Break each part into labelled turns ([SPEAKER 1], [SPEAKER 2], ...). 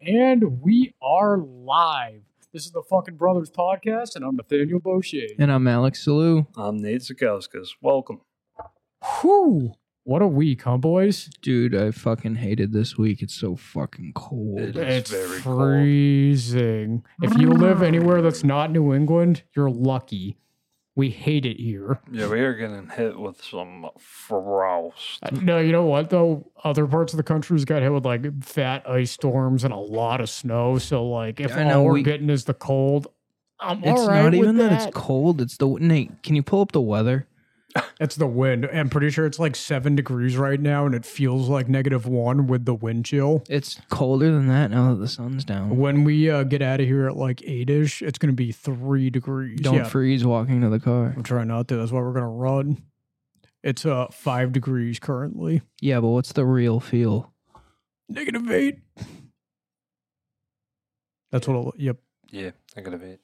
[SPEAKER 1] And we are live. This is the fucking Brothers Podcast, and I'm Nathaniel Boshier.
[SPEAKER 2] And I'm Alex Salou.
[SPEAKER 3] I'm Nate Zakowskis. Welcome.
[SPEAKER 1] Whew. What a week, huh, boys?
[SPEAKER 2] Dude, I fucking hated this week. It's so fucking cold.
[SPEAKER 3] It- It's very cold.
[SPEAKER 1] freezing. If you live anywhere that's not New England, you're lucky. We hate it here.
[SPEAKER 3] Yeah, we are getting hit with some frost.
[SPEAKER 1] Uh, No, you know what though? Other parts of the country's got hit with like fat ice storms and a lot of snow. So like, if
[SPEAKER 2] I
[SPEAKER 1] all
[SPEAKER 2] know,
[SPEAKER 1] we're
[SPEAKER 2] we-
[SPEAKER 1] getting is the cold, I'm
[SPEAKER 2] It's
[SPEAKER 1] all right
[SPEAKER 2] not
[SPEAKER 1] with
[SPEAKER 2] even that.
[SPEAKER 1] that.
[SPEAKER 2] it's cold. It's the Nate. Can you pull up the weather?
[SPEAKER 1] It's the wind. I'm pretty sure it's like seven degrees right now, and it feels like negative one with the wind chill.
[SPEAKER 2] It's colder than that now that the sun's down.
[SPEAKER 1] When we uh, get out of here at like eight ish, it's gonna be three degrees.
[SPEAKER 2] Don't
[SPEAKER 1] yeah,
[SPEAKER 2] freeze walking to the car.
[SPEAKER 1] I'm trying not to. That's why we're gonna run. It's uh five degrees currently.
[SPEAKER 2] Yeah, but what's the real feel?
[SPEAKER 1] Negative eight. That's what. It'll, yep.
[SPEAKER 3] Yeah, negative eight.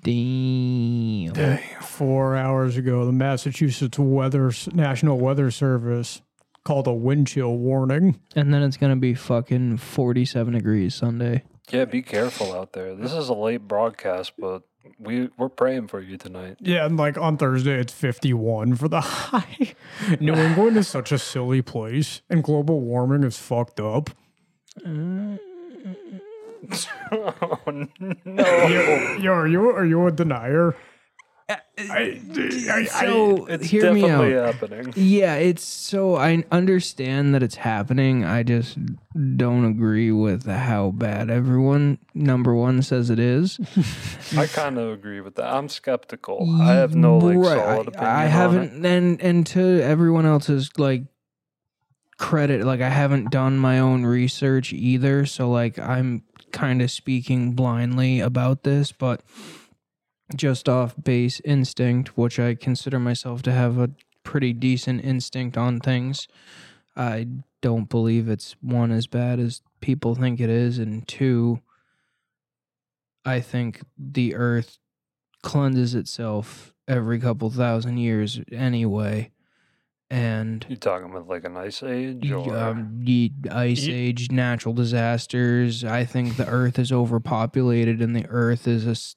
[SPEAKER 2] Damn.
[SPEAKER 1] Four hours ago, the Massachusetts Weather National Weather Service called a wind chill warning.
[SPEAKER 2] And then it's going to be fucking 47 degrees Sunday.
[SPEAKER 3] Yeah, be careful out there. This is a late broadcast, but we we're praying for you tonight.
[SPEAKER 1] Yeah, and like on Thursday, it's 51 for the high. New England is such a silly place, and global warming is fucked up.
[SPEAKER 3] oh
[SPEAKER 1] Yo,
[SPEAKER 3] no!
[SPEAKER 1] yo, are you are you a denier? I, I- I-
[SPEAKER 2] Uh, So,
[SPEAKER 3] It's
[SPEAKER 2] hear me out.
[SPEAKER 3] definitely happening.
[SPEAKER 2] Yeah, it's so I understand that it's happening. I just don't agree with how bad everyone number one says it is.
[SPEAKER 3] I kind of agree with that. I'm skeptical. I have no like
[SPEAKER 2] Right,
[SPEAKER 3] solid opinion.
[SPEAKER 2] I, I haven't, and and to everyone else's like credit, like I haven't done my own research either. So like I'm kind of speaking blindly about this, but just off base instinct, which I consider myself to have a pretty decent instinct on things. I don't believe it's one as bad as people think it is, and two, I think the earth cleanses itself every couple thousand years anyway, and
[SPEAKER 3] You talking about like an ice age? Or...
[SPEAKER 2] um, the ice
[SPEAKER 1] Ye-
[SPEAKER 2] age, natural disasters. I think the Earth is overpopulated, and the Earth is a s-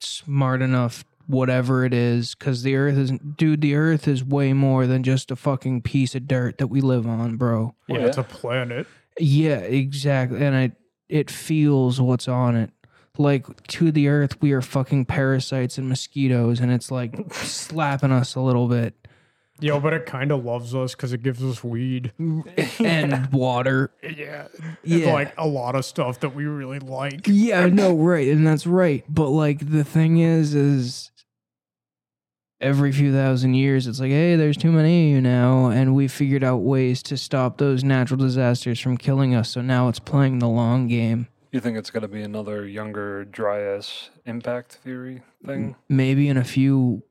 [SPEAKER 2] smart enough whatever it is because the Earth isn't. Dude, the Earth is way more than just a fucking piece of dirt that we live on, bro.
[SPEAKER 1] yeah, it's a planet.
[SPEAKER 2] Yeah, exactly. And I, it feels what's on it. Like to the Earth, we are fucking parasites and mosquitoes, and it's like slapping us a little bit.
[SPEAKER 1] Yo, but it kind of loves us because it gives us weed.
[SPEAKER 2] And water.
[SPEAKER 1] Yeah,
[SPEAKER 2] Yeah.
[SPEAKER 1] like a lot of stuff that we really like.
[SPEAKER 2] Yeah, no, right, and that's right. But like the thing is, is every few thousand years, it's like, hey, there's too many of you now, and we figured out ways to stop those natural disasters from killing us. So now it's playing the long game.
[SPEAKER 3] You think it's gonna be another younger Dryas impact theory thing?
[SPEAKER 2] Maybe in a few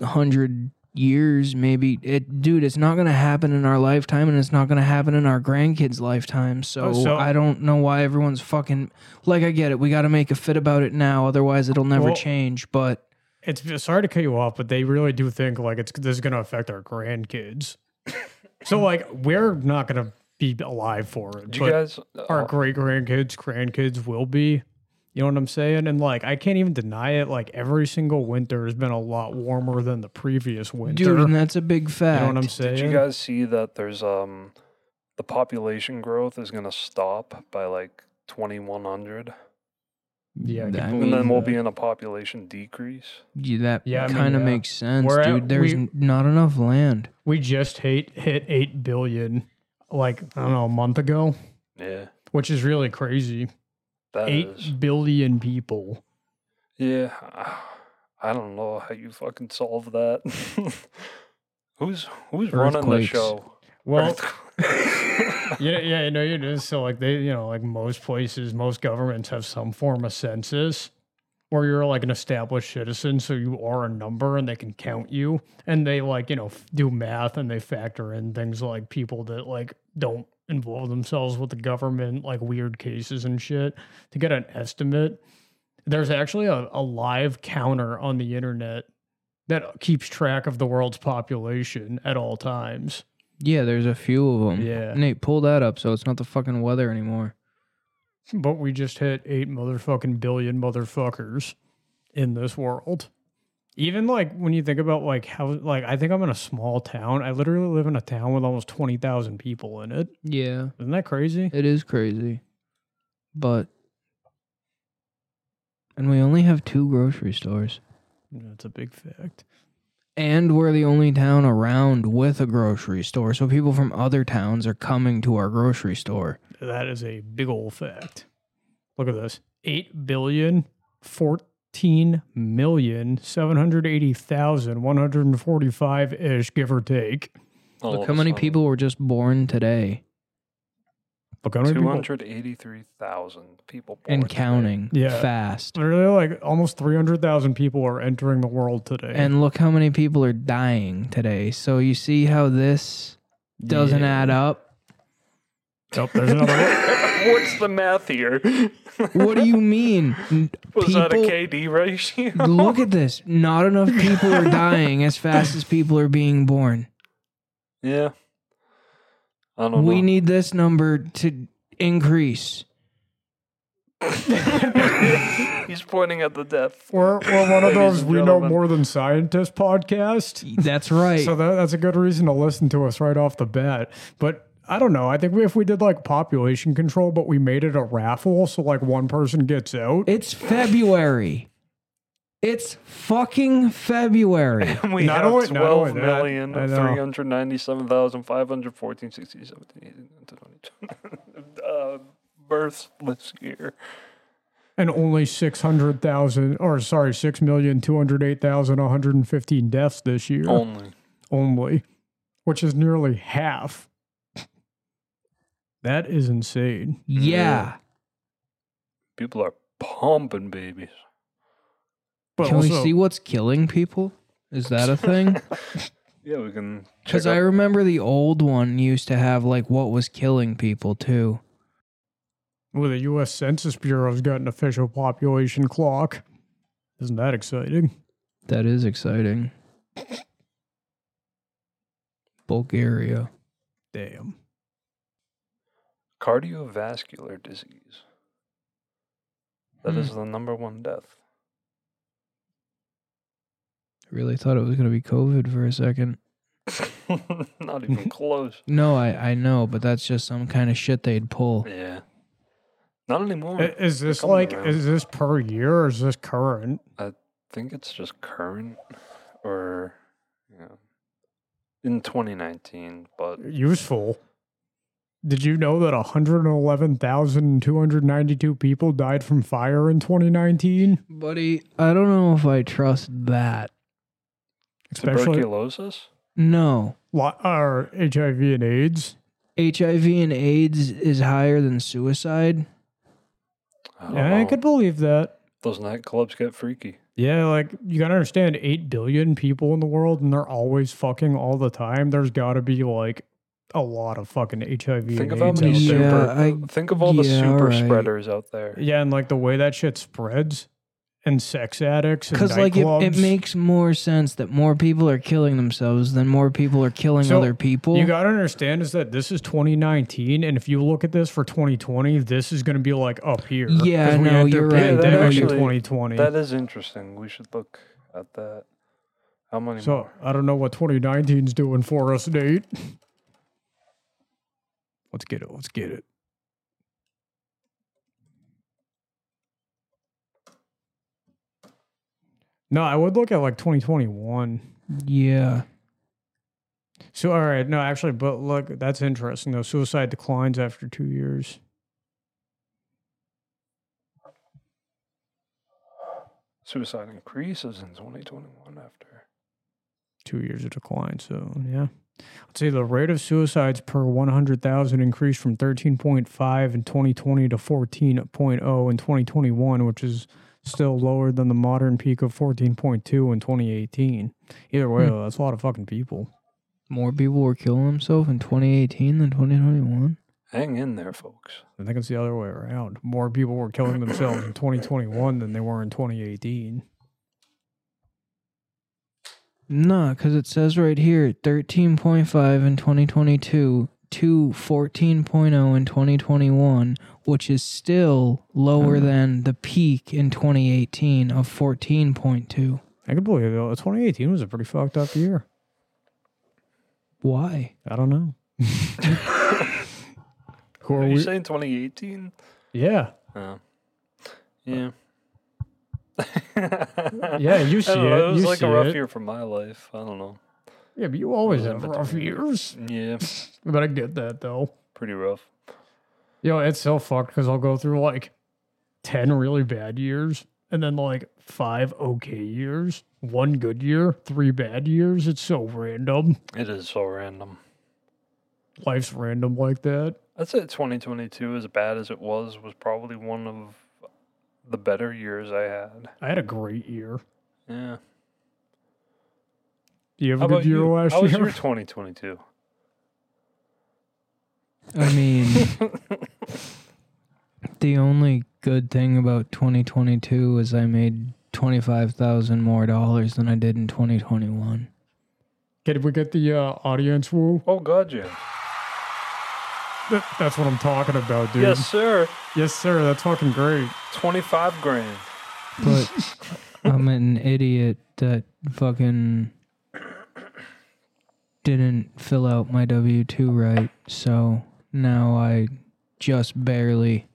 [SPEAKER 2] hundred years, maybe it, dude, it's not gonna happen in our lifetime, and it's not gonna happen in our grandkids' lifetime. So,
[SPEAKER 1] Oh, so-
[SPEAKER 2] I don't know why everyone's fucking like. I get it. We got to make a fit about it now, otherwise it'll never
[SPEAKER 1] Well-
[SPEAKER 2] change. But
[SPEAKER 1] It's sorry to cut you off, but they really do think like it's this is going to affect our grandkids. so like we're not going to be alive for it,
[SPEAKER 3] Do
[SPEAKER 1] but
[SPEAKER 3] you guys?
[SPEAKER 1] our
[SPEAKER 3] oh,
[SPEAKER 1] great grandkids, grandkids will be. You know what I'm saying? And like I can't even deny it. Like every single winter has been a lot warmer than the previous winter.
[SPEAKER 2] Dude, and that's a big
[SPEAKER 1] you
[SPEAKER 2] fact.
[SPEAKER 1] know what I'm saying?
[SPEAKER 3] Did you guys see that there's um the population growth is gonna stop by like 2100,
[SPEAKER 1] Yeah, I
[SPEAKER 2] I
[SPEAKER 1] can
[SPEAKER 2] mean,
[SPEAKER 3] and then we'll
[SPEAKER 1] that.
[SPEAKER 3] be in a population decrease.
[SPEAKER 2] Yeah, that
[SPEAKER 1] Yeah, I mean,
[SPEAKER 2] kind of
[SPEAKER 1] yeah.
[SPEAKER 2] makes sense,
[SPEAKER 1] We're at-
[SPEAKER 2] dude. There's
[SPEAKER 1] we-
[SPEAKER 2] n not enough land.
[SPEAKER 1] we just hate hit eight billion like I don't know a month ago,
[SPEAKER 3] Yeah,
[SPEAKER 1] which is really crazy.
[SPEAKER 3] that is.
[SPEAKER 1] Eight billion people.
[SPEAKER 3] Yeah, I don't know how you fucking solve that. who's who's running the
[SPEAKER 2] Earthquakes.
[SPEAKER 3] show?
[SPEAKER 1] Well,
[SPEAKER 3] Earthqu-
[SPEAKER 1] Yeah, yeah, you know, you do. So, like, they, you know, like most places, most governments have some form of census where you're like an established citizen. So you are a number and they can count you. And they, like, you know, f- do math and they factor in things like people that, like, don't involve themselves with the government, like weird cases and shit to get an estimate. There's actually a, a live counter on the internet that keeps track of the world's population at all times.
[SPEAKER 2] Yeah, there's a few of them.
[SPEAKER 1] Yeah.
[SPEAKER 2] Nate, pull that up so it's not the fucking weather anymore.
[SPEAKER 1] But we just hit eight motherfucking billion motherfuckers in this world. Even like when you think about like how like I think I'm in a small town. I literally live in a town with almost twenty thousand people in it.
[SPEAKER 2] Yeah,
[SPEAKER 1] Isn't that crazy?
[SPEAKER 2] it is crazy. But and we only have two grocery stores.
[SPEAKER 1] That's a big fact.
[SPEAKER 2] And we're the only town around with a grocery store, so people from other towns are coming to our grocery store.
[SPEAKER 1] That is a big old fact. Look at this. Eight billion fourteen million seven hundred eighty thousand one hundred and forty five ish, give or take.
[SPEAKER 2] Look how many people were just born today
[SPEAKER 1] Look how many
[SPEAKER 3] Two
[SPEAKER 1] people
[SPEAKER 3] hundred eighty-three thousand people. born
[SPEAKER 2] and
[SPEAKER 3] today.
[SPEAKER 2] counting
[SPEAKER 1] Yeah.
[SPEAKER 2] fast.
[SPEAKER 1] Literally, like almost 300,000 people are entering the world today.
[SPEAKER 2] And look how many people are dying today. So you see how this doesn't add up?
[SPEAKER 1] oh, there's another.
[SPEAKER 3] What's the math here?
[SPEAKER 2] What do you mean? N-
[SPEAKER 3] Was that a
[SPEAKER 2] people-
[SPEAKER 3] KD ratio?
[SPEAKER 2] look at this. Not enough people are dying as fast as people are being born.
[SPEAKER 3] Yeah. I don't
[SPEAKER 2] We
[SPEAKER 3] know.
[SPEAKER 2] need this number to increase.
[SPEAKER 3] He's pointing at the death.
[SPEAKER 1] we're, we're one of those
[SPEAKER 3] Ladies and
[SPEAKER 1] we know
[SPEAKER 3] gentlemen.
[SPEAKER 1] more than scientists podcast.
[SPEAKER 2] That's right.
[SPEAKER 1] So that, that's a good reason to listen to us right off the bat. But I don't know. I think we, if we did like population control, but we made it a raffle, so like one person gets out.
[SPEAKER 2] it's February. It's fucking February.
[SPEAKER 3] We
[SPEAKER 1] Not only- not
[SPEAKER 3] have
[SPEAKER 1] only
[SPEAKER 3] twelve
[SPEAKER 1] that,
[SPEAKER 3] million
[SPEAKER 1] I know.
[SPEAKER 3] three hundred ninety-seven thousand five hundred fourteen sixty seventeen eighteen nineteen, twenty. uh, births this year.
[SPEAKER 1] And only 600,000, or sorry, 6,208,115 deaths this year
[SPEAKER 3] Only.
[SPEAKER 1] only, which is nearly half. That is insane.
[SPEAKER 2] Yeah.
[SPEAKER 3] People are pumping babies.
[SPEAKER 1] But
[SPEAKER 2] Can we
[SPEAKER 1] also-
[SPEAKER 2] see what's killing people? Is that a thing?
[SPEAKER 3] Yeah, we can check
[SPEAKER 2] Because I
[SPEAKER 3] out-
[SPEAKER 2] remember the old one used to have like what was killing people too.
[SPEAKER 1] Well, the U.S. Census Bureau's got an official population clock. Isn't that exciting?
[SPEAKER 2] That is exciting. Bulgaria.
[SPEAKER 1] Damn.
[SPEAKER 3] cardiovascular disease. That
[SPEAKER 2] Hmm.
[SPEAKER 3] is the number one death.
[SPEAKER 2] Really thought it was going to be COVID for a second.
[SPEAKER 3] Not even close.
[SPEAKER 2] No, I, I know, but that's just some kind of shit they'd pull.
[SPEAKER 3] Yeah. Not anymore.
[SPEAKER 1] I-
[SPEAKER 3] I
[SPEAKER 1] Is this
[SPEAKER 3] coming
[SPEAKER 1] like,
[SPEAKER 3] around.
[SPEAKER 1] is this per year or is this current?
[SPEAKER 3] think it's just current or yeah. in 2019, but
[SPEAKER 1] Useful. Did you know that 111,292 people died from fire in 2019?
[SPEAKER 2] Buddy, I don't know if I trust that.
[SPEAKER 1] Especially
[SPEAKER 3] tuberculosis?
[SPEAKER 2] No.
[SPEAKER 1] lo- or HIV and AIDS.
[SPEAKER 2] HIV and AIDS is higher than suicide.
[SPEAKER 3] I don't
[SPEAKER 1] Yeah, I
[SPEAKER 3] know.
[SPEAKER 1] could believe that.
[SPEAKER 3] Those nightclubs get freaky.
[SPEAKER 1] Yeah, like you gotta understand, 8 billion people in the world and they're always fucking all the time. There's gotta be like a lot of fucking HIV
[SPEAKER 3] Think
[SPEAKER 1] and
[SPEAKER 3] of how
[SPEAKER 1] AIDS
[SPEAKER 3] many
[SPEAKER 1] out there.
[SPEAKER 2] Yeah,
[SPEAKER 3] super
[SPEAKER 2] I-
[SPEAKER 3] think of all the
[SPEAKER 2] yeah,
[SPEAKER 3] super
[SPEAKER 2] alright.
[SPEAKER 3] spreaders out there.
[SPEAKER 1] Yeah, and like the way that shit spreads and sex addicts and
[SPEAKER 2] Because, like, it, it
[SPEAKER 1] nightclubs.
[SPEAKER 2] makes more sense that more people are killing themselves than more people are killing
[SPEAKER 1] So,
[SPEAKER 2] other people.
[SPEAKER 1] you gotta understand is that this is 2019, and if you look at this for 2020, this is gonna be like up here.
[SPEAKER 2] Yeah,
[SPEAKER 1] 'cause we
[SPEAKER 2] no,
[SPEAKER 1] had the
[SPEAKER 2] you're right.
[SPEAKER 3] Yeah, that
[SPEAKER 1] Pandemic in
[SPEAKER 3] actually-
[SPEAKER 1] 2020.
[SPEAKER 3] That is interesting. We should look at that. How many
[SPEAKER 1] so
[SPEAKER 3] more?
[SPEAKER 1] I don't know what 2019's doing for us, Nate. Let's get it. Let's get it. No, I would look at like 2021.
[SPEAKER 2] yeah.
[SPEAKER 1] So, all right, no, actually, but look, that's interesting though. Suicide declines after two years.
[SPEAKER 3] Suicide increases in 2021 after.
[SPEAKER 1] Two years of decline. So, yeah. Let's see. The rate of suicides per 100,000 increased from 13.5 in 2020 to 14.0 in 2021, which is still lower than the modern peak of 14.2 in 2018. Either way,
[SPEAKER 2] Hmm.
[SPEAKER 1] though, that's a lot of fucking people.
[SPEAKER 2] More people were killing themselves in 2018 than 2021.
[SPEAKER 3] Hang in there, folks.
[SPEAKER 1] I think it's the other way around. More people were killing themselves in 2021 than they were in 2018.
[SPEAKER 2] No, because it says right here 13.5 in 2022 to 14.0 in 2021, which is still lower than the peak in 2018 of 14.2.
[SPEAKER 1] I could believe it. 2018 was a pretty fucked up year.
[SPEAKER 2] Why?
[SPEAKER 1] I don't know. Who are
[SPEAKER 3] Are you
[SPEAKER 1] we-
[SPEAKER 3] saying 2018?
[SPEAKER 1] Yeah.
[SPEAKER 3] Oh. Yeah.
[SPEAKER 1] Yeah, you see
[SPEAKER 3] I don't know.
[SPEAKER 1] it.
[SPEAKER 3] It was
[SPEAKER 1] you
[SPEAKER 3] like
[SPEAKER 1] see
[SPEAKER 3] a rough
[SPEAKER 1] it.
[SPEAKER 3] year for my life. I don't know.
[SPEAKER 1] Yeah, but you always
[SPEAKER 3] Yeah,
[SPEAKER 1] have
[SPEAKER 3] but-
[SPEAKER 1] rough years.
[SPEAKER 3] Yeah,
[SPEAKER 1] But I get that though.
[SPEAKER 3] pretty rough.
[SPEAKER 1] Yo, it's so fucked because I'll go through like 10 really bad years and then like five okay years, one good year, three bad years. It's so random.
[SPEAKER 3] It is so random.
[SPEAKER 1] Life's random like that.
[SPEAKER 3] I'd say 2022, as bad as it was, was probably one of the better years I had.
[SPEAKER 1] I had a great year.
[SPEAKER 3] Yeah.
[SPEAKER 1] Do you have
[SPEAKER 3] How
[SPEAKER 1] a
[SPEAKER 3] about
[SPEAKER 1] good year
[SPEAKER 3] you?
[SPEAKER 1] last
[SPEAKER 3] How was
[SPEAKER 1] year?
[SPEAKER 3] your 2022?
[SPEAKER 2] I mean, the only good thing about 2022 is I made 25,000 more dollars than I did in 2021.
[SPEAKER 1] Can we get the uh, audience woo?
[SPEAKER 3] Oh God, yeah.
[SPEAKER 1] That- that's what I'm talking about, dude.
[SPEAKER 3] Yes, sir.
[SPEAKER 1] Yes, sir. That's fucking great.
[SPEAKER 3] 25 grand.
[SPEAKER 2] But I'm an idiot that fucking didn't fill out my W 2 right. So now I just barely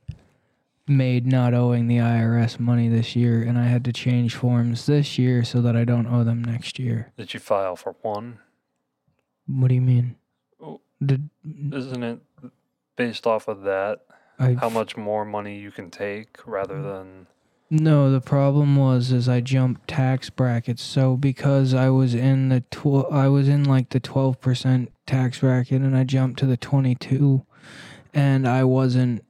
[SPEAKER 2] made not owing the IRS money this year, and I had to change forms this year so that I don't owe them next year.
[SPEAKER 3] Did you file for one?
[SPEAKER 2] What do you mean?
[SPEAKER 3] Oh.
[SPEAKER 2] Did
[SPEAKER 3] Isn't it based off of that?
[SPEAKER 2] I?
[SPEAKER 3] How much more money you can take rather
[SPEAKER 1] Mm-hmm.
[SPEAKER 3] than
[SPEAKER 2] No, the problem was is I jumped tax brackets. So because I was in the tw- I was in like the twelve percent tax bracket, and I jumped to the twenty two, and I wasn't.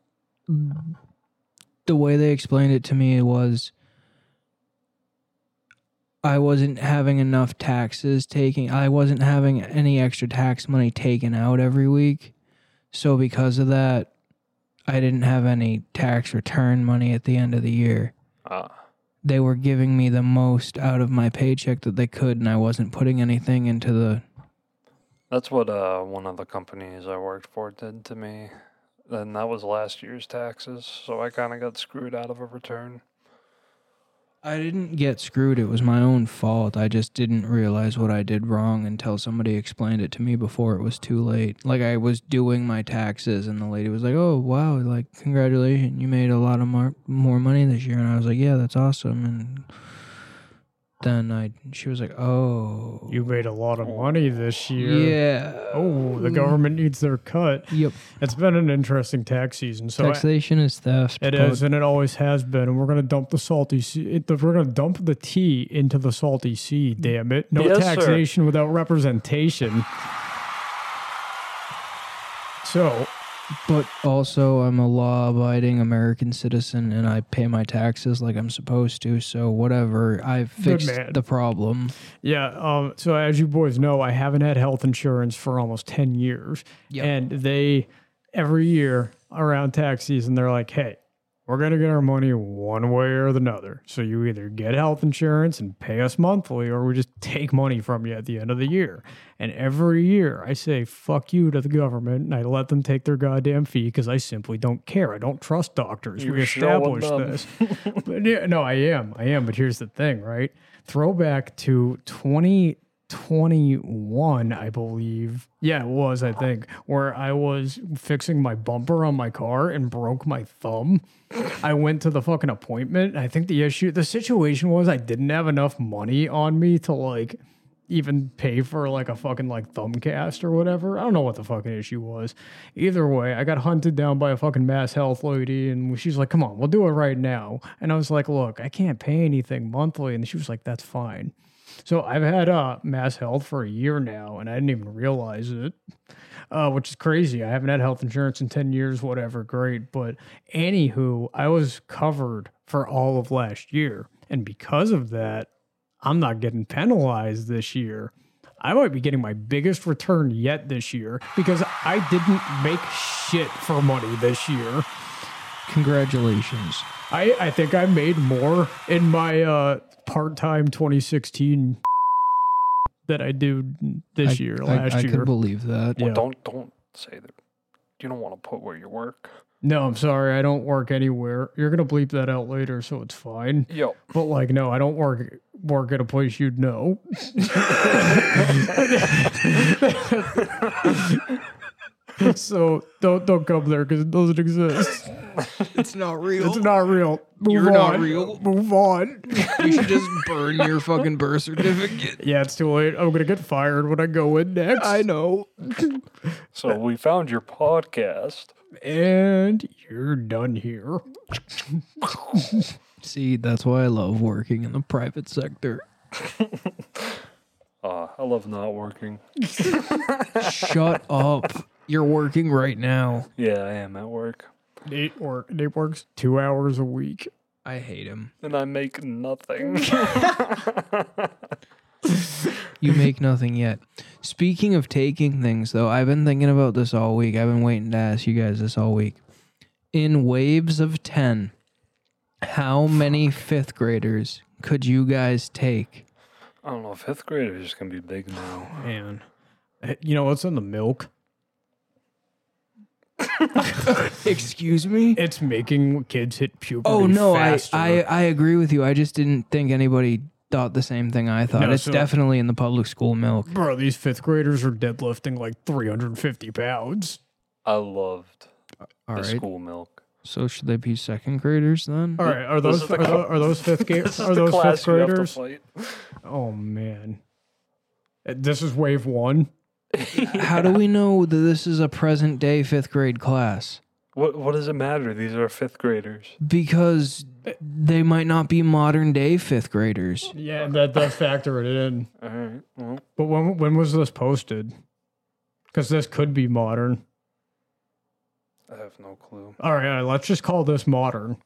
[SPEAKER 2] The way they explained it to me was. I wasn't having enough taxes taking. I wasn't having any extra tax money taken out every week. So because of that, I didn't have any tax return money at the end of the year
[SPEAKER 3] ah.
[SPEAKER 2] they were giving me the most out of my paycheck that they could, and I wasn't putting anything into the.
[SPEAKER 3] That's what uh, one of the companies I worked for did to me. And that was last year's taxes, so I kind of got screwed out of a return.
[SPEAKER 2] I didn't get screwed. It was my own fault. I just didn't realize what I did wrong until somebody explained it to me before it was too late. Like, I was doing my taxes, and the lady was like, Oh, wow, like, congratulations. You made a lot of more, more money this year. And I was like, Yeah, that's awesome. And then I, she was like, Oh.
[SPEAKER 1] You made a lot of money this year.
[SPEAKER 2] yeah.
[SPEAKER 1] Oh, the government needs their cut.
[SPEAKER 2] Yep.
[SPEAKER 1] It's been an interesting tax season. So I-
[SPEAKER 2] Taxation is theft.
[SPEAKER 1] It
[SPEAKER 2] folks.
[SPEAKER 1] is, and it always has been. And we're gonna dump the salty. Sea, it, the, we're gonna dump the tea into the salty sea. Damn it! No
[SPEAKER 3] Yes, sir.
[SPEAKER 1] taxation without representation. So
[SPEAKER 2] But also, I'm a law abiding American citizen and I pay my taxes like I'm supposed to. So, whatever, I've fixed
[SPEAKER 1] man.
[SPEAKER 2] the problem.
[SPEAKER 1] yeah, um, so as you boys know, I haven't had health insurance for almost ten years,
[SPEAKER 2] Yep.
[SPEAKER 1] and they every year around tax season they're like, hey. We're gonna get our money one way or the other. So you either get health insurance and pay us monthly, or we just take money from you at the end of the year. And every year I say, fuck you to the government and I let them take their goddamn fee because I simply don't care. I don't trust doctors.
[SPEAKER 3] You're
[SPEAKER 1] we established
[SPEAKER 3] showing them.
[SPEAKER 1] this. but yeah, no, I am. I am. But here's the thing, right? Throwback to 2021, I believe. Yeah, it was, I think, where I was fixing my bumper on my car and broke my thumb. I went to the fucking appointment. and I think the issue, the situation was I didn't have enough money on me to like even pay for like a fucking like thumbcast or whatever. I don't know what the fucking issue was. Either way, I got hunted down by a fucking mass health lady and she's like, come on, we'll do it right now. And I was like, look, I can't pay anything monthly. And she was like, that's fine. So I've had uh, mass health for a year now and I didn't even realize it uh, which is crazy. I haven't had health insurance in 10 years, whatever, great. But anywho, I was covered for all of last year. And because of that, I'm not getting penalized this year. I might be getting my biggest return yet this year because I didn't make shit for money this year.
[SPEAKER 2] Congratulations.
[SPEAKER 1] I, I think I made more in my uh, part time 2016 that I do this
[SPEAKER 2] I-
[SPEAKER 1] year,
[SPEAKER 2] I,
[SPEAKER 1] last
[SPEAKER 2] I
[SPEAKER 1] year.
[SPEAKER 2] could believe that.
[SPEAKER 1] Yeah.
[SPEAKER 3] Don't don't say that you don't want to put where you work.
[SPEAKER 1] No, I'm sorry. I don't work anywhere. You're gonna bleep that out later, so it's fine.
[SPEAKER 3] Yo,
[SPEAKER 1] But like, no, I don't work work at a place you'd know. so don't don't come there because it doesn't exist.
[SPEAKER 2] It's not real.
[SPEAKER 1] It's not real. Move
[SPEAKER 2] You're not
[SPEAKER 1] on.
[SPEAKER 2] real.
[SPEAKER 1] Move on.
[SPEAKER 2] you should just burn your fucking birth certificate.
[SPEAKER 1] Yeah, it's too late. I'm gonna get fired when I go in next.
[SPEAKER 2] know.
[SPEAKER 3] so we found your podcast.
[SPEAKER 1] and you're done here.
[SPEAKER 2] See, that's why I love working in the private sector.
[SPEAKER 3] Uh, I love not working.
[SPEAKER 2] Shut up. You're working right now.
[SPEAKER 3] Yeah, I am at work.
[SPEAKER 1] Nate work. Nate works two hours a week.
[SPEAKER 2] I hate him.
[SPEAKER 3] And I make nothing.
[SPEAKER 2] You make nothing yet. Speaking of taking things, though, I've been thinking about this all week. I've been waiting to ask you guys this all week. In waves of 10, how many fifth graders could you guys take?
[SPEAKER 3] I don't know, fifth graders can be big now.
[SPEAKER 1] Man, Eh, you know what's in the milk?
[SPEAKER 2] Excuse me?
[SPEAKER 1] It's making kids hit puberty.
[SPEAKER 2] Oh, no, I,
[SPEAKER 1] faster.
[SPEAKER 2] I, I agree with you. I just didn't think anybody thought the same thing I thought.
[SPEAKER 1] No,
[SPEAKER 2] it's
[SPEAKER 1] so-
[SPEAKER 2] definitely in the public school milk.
[SPEAKER 1] Bro, these fifth graders are deadlifting like 350 pounds.
[SPEAKER 3] I loved
[SPEAKER 2] All
[SPEAKER 3] the
[SPEAKER 2] right.
[SPEAKER 3] school milk.
[SPEAKER 2] So should they be second graders then?
[SPEAKER 1] All right, are
[SPEAKER 3] This
[SPEAKER 1] those
[SPEAKER 3] is
[SPEAKER 1] are,
[SPEAKER 3] the
[SPEAKER 1] tho-
[SPEAKER 3] cla-
[SPEAKER 1] are those fifth ga-
[SPEAKER 3] This is
[SPEAKER 1] are
[SPEAKER 3] the
[SPEAKER 1] those
[SPEAKER 3] class
[SPEAKER 1] fifth
[SPEAKER 3] you have to
[SPEAKER 1] graders?
[SPEAKER 3] fight.
[SPEAKER 1] Oh man, Eh, this is wave one.
[SPEAKER 2] How do we know that this is a present day fifth grade class?
[SPEAKER 3] What, what does it matter? These are fifth graders.
[SPEAKER 2] Because they might not be modern day fifth graders.
[SPEAKER 1] Yeah, that that factored it in.
[SPEAKER 3] All right. Well,
[SPEAKER 1] But when when was this posted? Because this could be modern.
[SPEAKER 3] I have no clue.
[SPEAKER 1] All right, all right, let's just call this modern.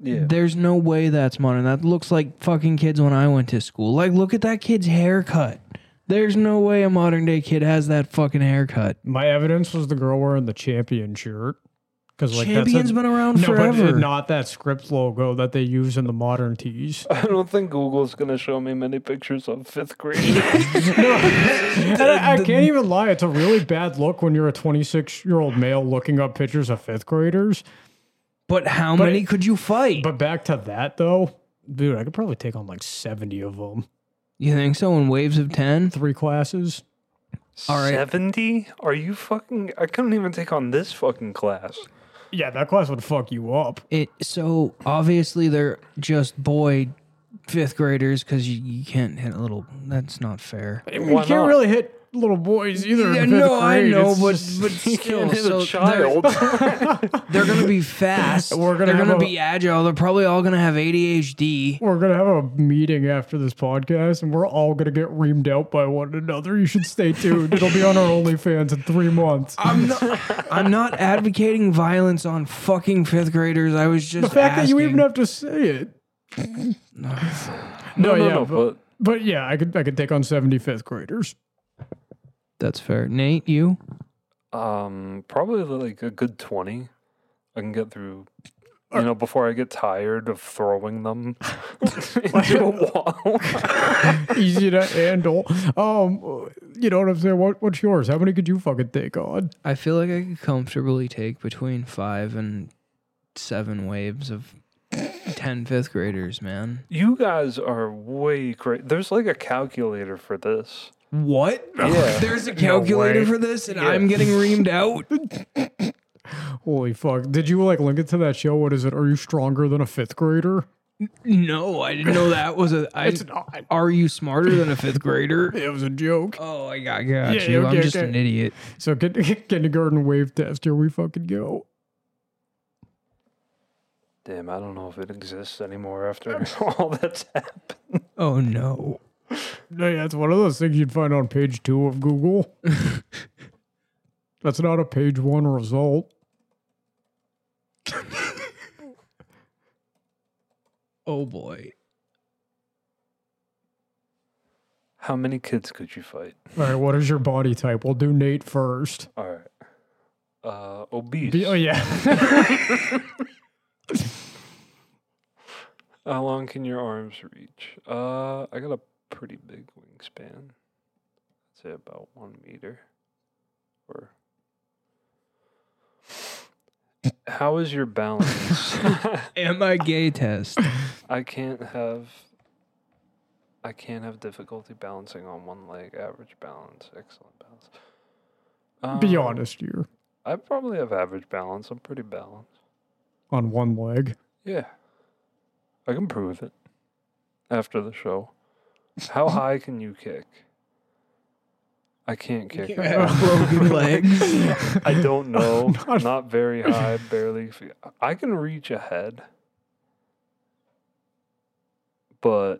[SPEAKER 3] Yeah.
[SPEAKER 2] There's no way that's modern. That looks like fucking kids when I went to school. Like, look at that kid's haircut. There's no way a modern day kid has that fucking haircut.
[SPEAKER 1] My evidence was the girl wearing the champion shirt. Because like that's
[SPEAKER 2] Champion's
[SPEAKER 1] a,
[SPEAKER 2] been around
[SPEAKER 1] no, but
[SPEAKER 2] forever.
[SPEAKER 1] it- not that script logo that they use in the modern tees.
[SPEAKER 3] I don't think Google's going to show me many pictures of fifth graders.
[SPEAKER 1] And I, I can't even lie; it's a really bad look when you're a 26 year old male looking up pictures of fifth graders.
[SPEAKER 2] but how many
[SPEAKER 1] it-
[SPEAKER 2] could you fight?
[SPEAKER 1] But back to that though, dude, I could probably take on like 70 of them,
[SPEAKER 2] you think so? In waves of 10?
[SPEAKER 1] three classes.
[SPEAKER 2] All right.
[SPEAKER 3] 70? Are you fucking. I couldn't even take on this fucking class.
[SPEAKER 1] Yeah, that class would fuck you up.
[SPEAKER 2] It so obviously they're just boy fifth graders because you, you can't hit a little. That's not fair.
[SPEAKER 1] you
[SPEAKER 3] Why
[SPEAKER 1] can't
[SPEAKER 3] not?
[SPEAKER 1] really hit little boys either. in
[SPEAKER 2] Yeah,
[SPEAKER 1] fifth
[SPEAKER 2] no, I
[SPEAKER 1] grade.
[SPEAKER 2] know,
[SPEAKER 1] It's
[SPEAKER 2] but
[SPEAKER 1] just-
[SPEAKER 2] but
[SPEAKER 3] You
[SPEAKER 2] still,
[SPEAKER 3] can't hit
[SPEAKER 2] so
[SPEAKER 3] a child.
[SPEAKER 2] They're, they're gonna be fast.
[SPEAKER 1] We're gonna
[SPEAKER 2] they're
[SPEAKER 1] have
[SPEAKER 2] gonna
[SPEAKER 1] a-
[SPEAKER 2] be agile. They're probably all gonna have ADHD.
[SPEAKER 1] We're gonna have a meeting after this podcast, and we're all gonna get reamed out by one another. You should stay tuned. It'll be on our OnlyFans in three months.
[SPEAKER 2] I'm not. I'm not advocating violence on fucking fifth graders. I was just
[SPEAKER 1] the fact that you even
[SPEAKER 2] asking.
[SPEAKER 1] have to say it.
[SPEAKER 3] No, no,
[SPEAKER 1] yeah,
[SPEAKER 3] no.
[SPEAKER 1] but,
[SPEAKER 3] But
[SPEAKER 1] but yeah, I could I could take on seventy fifth graders.
[SPEAKER 2] That's fair, Nate. You
[SPEAKER 3] Um, probably like a good twenty. I can get through. You know, before I get tired of throwing them into a wall.
[SPEAKER 1] Easy to handle. Um, you know what I'm saying? What what's yours? How many could you fucking take on?
[SPEAKER 2] I feel like I could comfortably take between five and seven waves of 10 fifth graders, man.
[SPEAKER 3] you guys are way great. There's like a calculator for this.
[SPEAKER 2] What?
[SPEAKER 3] Yeah.
[SPEAKER 2] There's a calculator
[SPEAKER 1] way.
[SPEAKER 2] for this, and I'm getting reamed out.
[SPEAKER 1] Holy fuck! Did you like link it to that show? What is it? Are you stronger than a fifth grader?
[SPEAKER 2] No, I didn't know that was a. I,
[SPEAKER 1] It's not.
[SPEAKER 2] are you smarter than a fifth grader?
[SPEAKER 1] It was a joke.
[SPEAKER 2] Oh, I got, got
[SPEAKER 1] Yeah,
[SPEAKER 2] you. I'm
[SPEAKER 1] okay,
[SPEAKER 2] just
[SPEAKER 1] okay.
[SPEAKER 2] an idiot.
[SPEAKER 1] So kid- kindergarten wave test. Here we fucking go.
[SPEAKER 3] Damn, I don't know if it exists anymore after all that's happened.
[SPEAKER 2] Oh no.
[SPEAKER 1] No, yeah, it's one of those things you'd find on page two of Google. That's not a page one result.
[SPEAKER 2] Oh boy.
[SPEAKER 3] How many kids could you fight?
[SPEAKER 1] All right, what is your body type? We'll do Nate first.
[SPEAKER 3] All right. Uh, obese.
[SPEAKER 1] Be- oh yeah,
[SPEAKER 3] How long can your arms reach? Uh, I got a pretty big wingspan. I'd say about one meter. Or How is your balance?
[SPEAKER 2] Am I gay test?
[SPEAKER 3] I can't have. I can't have difficulty balancing on one leg. Average balance, excellent balance. Um,
[SPEAKER 1] Be honest here.
[SPEAKER 3] I probably have average balance. I'm pretty balanced.
[SPEAKER 1] On one leg.
[SPEAKER 3] Yeah, I can prove it after the show. How high can you kick? I can't kick.
[SPEAKER 2] I have broken legs.
[SPEAKER 3] I don't know.
[SPEAKER 1] Not-
[SPEAKER 3] not, very high, barely. fe- I can reach ahead, but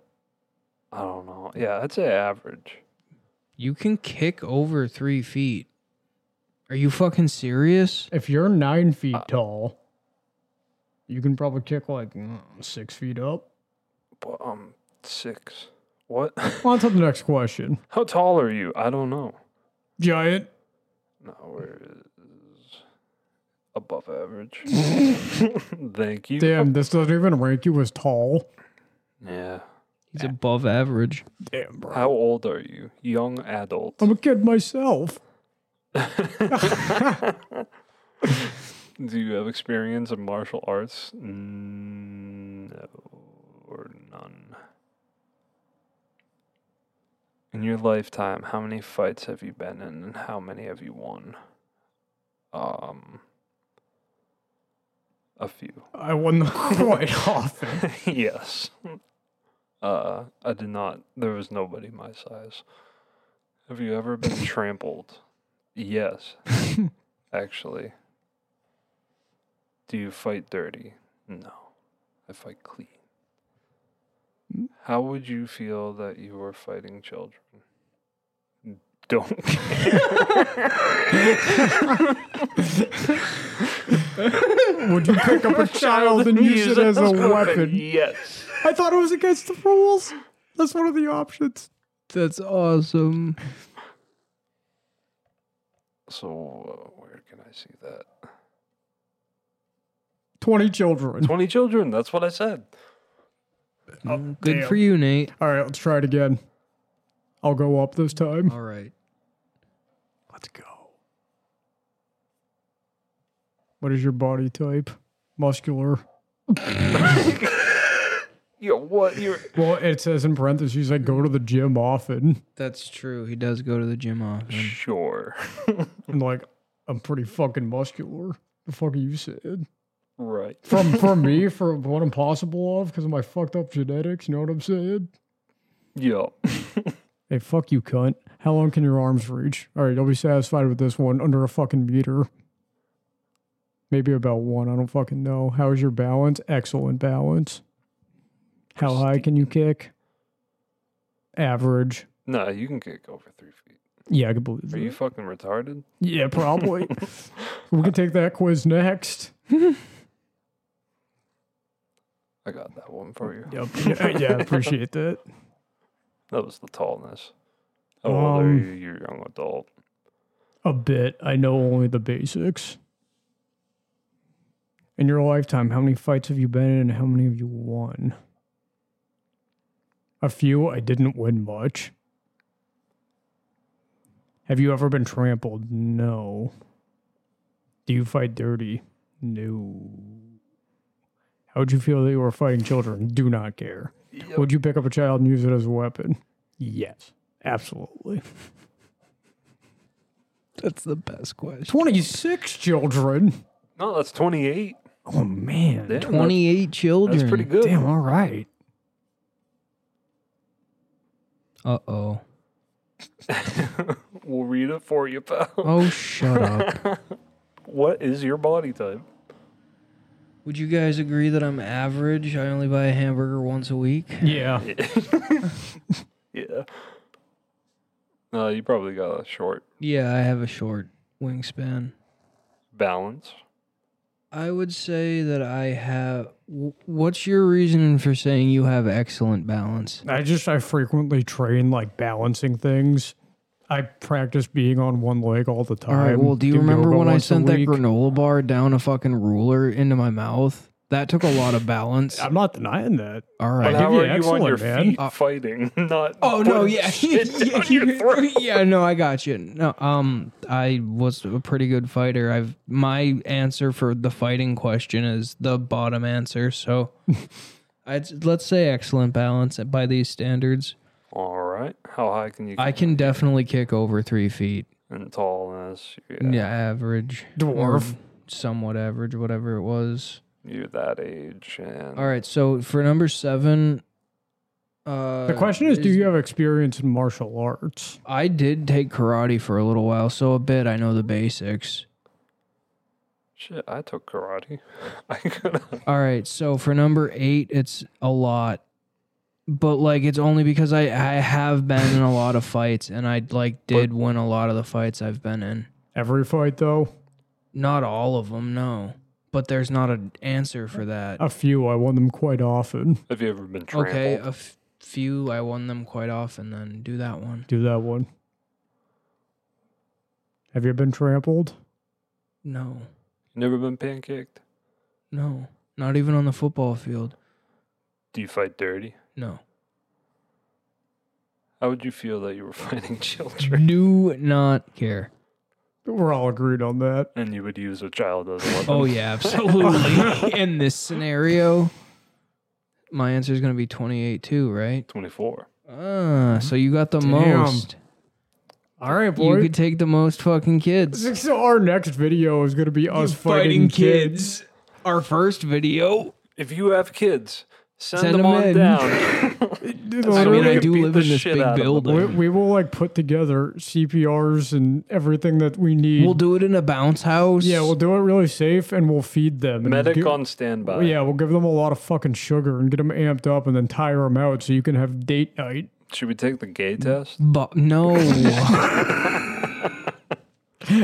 [SPEAKER 3] I don't know. Yeah, I'd say average.
[SPEAKER 2] You can kick over three feet. Are you fucking serious?
[SPEAKER 1] If you're nine feet tall, you can probably kick like mm, six feet up.
[SPEAKER 3] But um, six. What?
[SPEAKER 1] On to the next question.
[SPEAKER 3] How tall are you? I don't know.
[SPEAKER 1] Giant.
[SPEAKER 3] No, we're above average. Thank you.
[SPEAKER 1] Damn, this doesn't even rank you as tall.
[SPEAKER 3] Yeah.
[SPEAKER 2] He's above average.
[SPEAKER 1] Damn, bro.
[SPEAKER 3] How old are you? Young adult.
[SPEAKER 1] I'm a kid myself.
[SPEAKER 3] Do you have experience in martial arts? Mm, No, or none. In your lifetime, how many fights have you been in, and how many have you won? Um, a few.
[SPEAKER 1] I won them quite often.
[SPEAKER 3] yes. Uh, I did not. There was nobody my size. Have you ever been trampled? Yes. Actually. Do you fight dirty? No. I fight clean. How would you feel that you were fighting children? Don't
[SPEAKER 1] Would you pick up a child and use it as a weapon?
[SPEAKER 3] Yes.
[SPEAKER 1] I thought it was against the rules. That's one of the options.
[SPEAKER 2] That's awesome.
[SPEAKER 3] So, uh, where can I see that?
[SPEAKER 1] 20 children.
[SPEAKER 3] 20 children. That's what I said.
[SPEAKER 2] Mm, Good
[SPEAKER 1] oh, damn.
[SPEAKER 2] for you, Nate.
[SPEAKER 1] All right, let's try it again. I'll go up this time.
[SPEAKER 2] All right.
[SPEAKER 1] Let's go. What is your body type? Muscular.
[SPEAKER 3] Yo, what? You're
[SPEAKER 1] Well, it says in parentheses, I go to the gym often.
[SPEAKER 2] That's true. He does go to the gym often.
[SPEAKER 3] sure.
[SPEAKER 1] And like, I'm pretty fucking muscular. The fuck are you saying?
[SPEAKER 3] right.
[SPEAKER 1] From for me, for what I'm possible of, because of my fucked up genetics, you know what I'm saying?
[SPEAKER 3] Yo.
[SPEAKER 1] Hey, fuck you, cunt. How long can your arms reach? All right, you'll be satisfied with this one under a fucking meter. Maybe about one. I don't fucking know. How is your balance? Excellent balance. How high can you kick? Average.
[SPEAKER 3] Nah, you can kick over three feet.
[SPEAKER 1] Yeah, I can believe
[SPEAKER 3] Are you
[SPEAKER 1] that.
[SPEAKER 3] fucking retarded?
[SPEAKER 1] Yeah, probably. we can take that quiz next.
[SPEAKER 3] I got that one for you.
[SPEAKER 1] Yep. Yeah, yeah appreciate that.
[SPEAKER 3] That was the tallness. How old are
[SPEAKER 1] Um,
[SPEAKER 3] you? You're a young adult.
[SPEAKER 1] A bit. I know only the basics. In your lifetime, how many fights have you been in and how many have you won? A few. I didn't win much. Have you ever been trampled? No. Do you fight dirty? No. How would you feel that you were fighting children? Do not care. Would you pick up a child and use it as a weapon? Yes. Absolutely.
[SPEAKER 2] That's the best question.
[SPEAKER 1] 26 children.
[SPEAKER 3] No, that's 28.
[SPEAKER 1] Oh man.
[SPEAKER 3] Damn, that's-
[SPEAKER 2] 28 children.
[SPEAKER 3] That's, pretty good.
[SPEAKER 1] Damn, all right.
[SPEAKER 2] Uh oh.
[SPEAKER 3] We'll read it for you,
[SPEAKER 1] Uh,
[SPEAKER 3] pal.
[SPEAKER 2] Oh, shut up.
[SPEAKER 3] What is your body type?
[SPEAKER 2] Would you guys agree that I'm average? I only buy a hamburger once a week.
[SPEAKER 1] Yeah.
[SPEAKER 3] Yeah. No, you probably got a short
[SPEAKER 2] Yeah, I have a short wingspan.
[SPEAKER 3] balance.
[SPEAKER 2] I would say that I have. wh- What's your reason for saying you have excellent balance?
[SPEAKER 1] I just I frequently train like balancing things. I practice being on one leg all the time.
[SPEAKER 2] All right. Well, do you
[SPEAKER 1] yoga
[SPEAKER 2] remember when I
[SPEAKER 1] once a
[SPEAKER 2] sent that
[SPEAKER 1] week.
[SPEAKER 2] granola bar down a fucking ruler into my mouth? That took a lot of balance.
[SPEAKER 1] I'm not denying that.
[SPEAKER 2] All
[SPEAKER 3] But
[SPEAKER 1] I
[SPEAKER 2] right.
[SPEAKER 1] give
[SPEAKER 3] how
[SPEAKER 1] you
[SPEAKER 3] are you on your
[SPEAKER 1] excellent, man.
[SPEAKER 3] feet
[SPEAKER 2] Uh,
[SPEAKER 3] fighting? Not
[SPEAKER 2] Oh no,
[SPEAKER 3] putting
[SPEAKER 2] yeah.
[SPEAKER 3] shit down
[SPEAKER 2] Yeah,
[SPEAKER 3] your throat.
[SPEAKER 2] yeah, no, I got you. No, um I was a pretty good fighter. I've my answer for the fighting question is the bottom answer, so I let's say excellent balance by these standards.
[SPEAKER 3] All right. How high can you?
[SPEAKER 2] I can definitely kick over three feet.
[SPEAKER 3] And tallness.
[SPEAKER 2] Yeah,
[SPEAKER 3] Yeah,
[SPEAKER 2] average.
[SPEAKER 1] Dwarf.
[SPEAKER 2] Or somewhat average, whatever it was.
[SPEAKER 3] You're that age, and
[SPEAKER 2] All right, so for number seven, uh,
[SPEAKER 1] The question is, do you have experience in martial arts?
[SPEAKER 2] I did take karate for a little while, so a bit I know the basics.
[SPEAKER 3] shit, I took karate. I could.
[SPEAKER 2] All right, so for number eight, it's a lot, but like it's only because I I have been in a lot of fights and I like did win a lot of the fights I've been in.
[SPEAKER 1] Every fight, though,
[SPEAKER 2] Not all of them, no, but there's not an answer for that.
[SPEAKER 1] a few. I won them quite often.
[SPEAKER 3] Have you ever been trampled?
[SPEAKER 2] Okay, uh, a f- few I won them quite often. Then do that one.
[SPEAKER 1] Do that one. Have you been trampled?
[SPEAKER 2] No,
[SPEAKER 3] Never been pancaked?
[SPEAKER 2] no, not even on the football field.
[SPEAKER 3] Do you fight dirty?
[SPEAKER 2] No.
[SPEAKER 3] How would you feel that you were fighting children?
[SPEAKER 2] Do not care.
[SPEAKER 1] We're all agreed on that.
[SPEAKER 3] and you would use a child as a weapon?
[SPEAKER 2] Oh yeah, absolutely. In this scenario, my answer is going to be 28 too, right?
[SPEAKER 3] 24.
[SPEAKER 2] Ah,
[SPEAKER 3] Mm-hmm.
[SPEAKER 2] so you got the
[SPEAKER 1] Damn,
[SPEAKER 2] most.
[SPEAKER 1] All right,
[SPEAKER 2] You
[SPEAKER 1] boy.
[SPEAKER 2] could take the most fucking kids.
[SPEAKER 1] so our next video is going to be us fighting, kids.
[SPEAKER 2] Our first video.
[SPEAKER 3] If you have kids, send,
[SPEAKER 2] Send
[SPEAKER 3] them,
[SPEAKER 2] them
[SPEAKER 3] on
[SPEAKER 2] in.
[SPEAKER 3] down.
[SPEAKER 2] I
[SPEAKER 3] So
[SPEAKER 2] mean,
[SPEAKER 3] we
[SPEAKER 2] I
[SPEAKER 3] could
[SPEAKER 2] do
[SPEAKER 3] beat
[SPEAKER 2] live
[SPEAKER 3] the
[SPEAKER 2] in this
[SPEAKER 3] shit
[SPEAKER 2] big
[SPEAKER 3] out of them.
[SPEAKER 1] We,
[SPEAKER 2] building.
[SPEAKER 1] we will like put together CPRs and everything that we need.
[SPEAKER 2] We'll do it in a bounce house.
[SPEAKER 1] yeah, we'll do it really safe and we'll feed them. and
[SPEAKER 3] Medic
[SPEAKER 1] give-
[SPEAKER 3] on standby.
[SPEAKER 1] Yeah, we'll give them a lot of fucking sugar and get them amped up and then tire them out so you can have date night.
[SPEAKER 3] Should we take the
[SPEAKER 1] Mm,
[SPEAKER 3] gay test?
[SPEAKER 2] but no,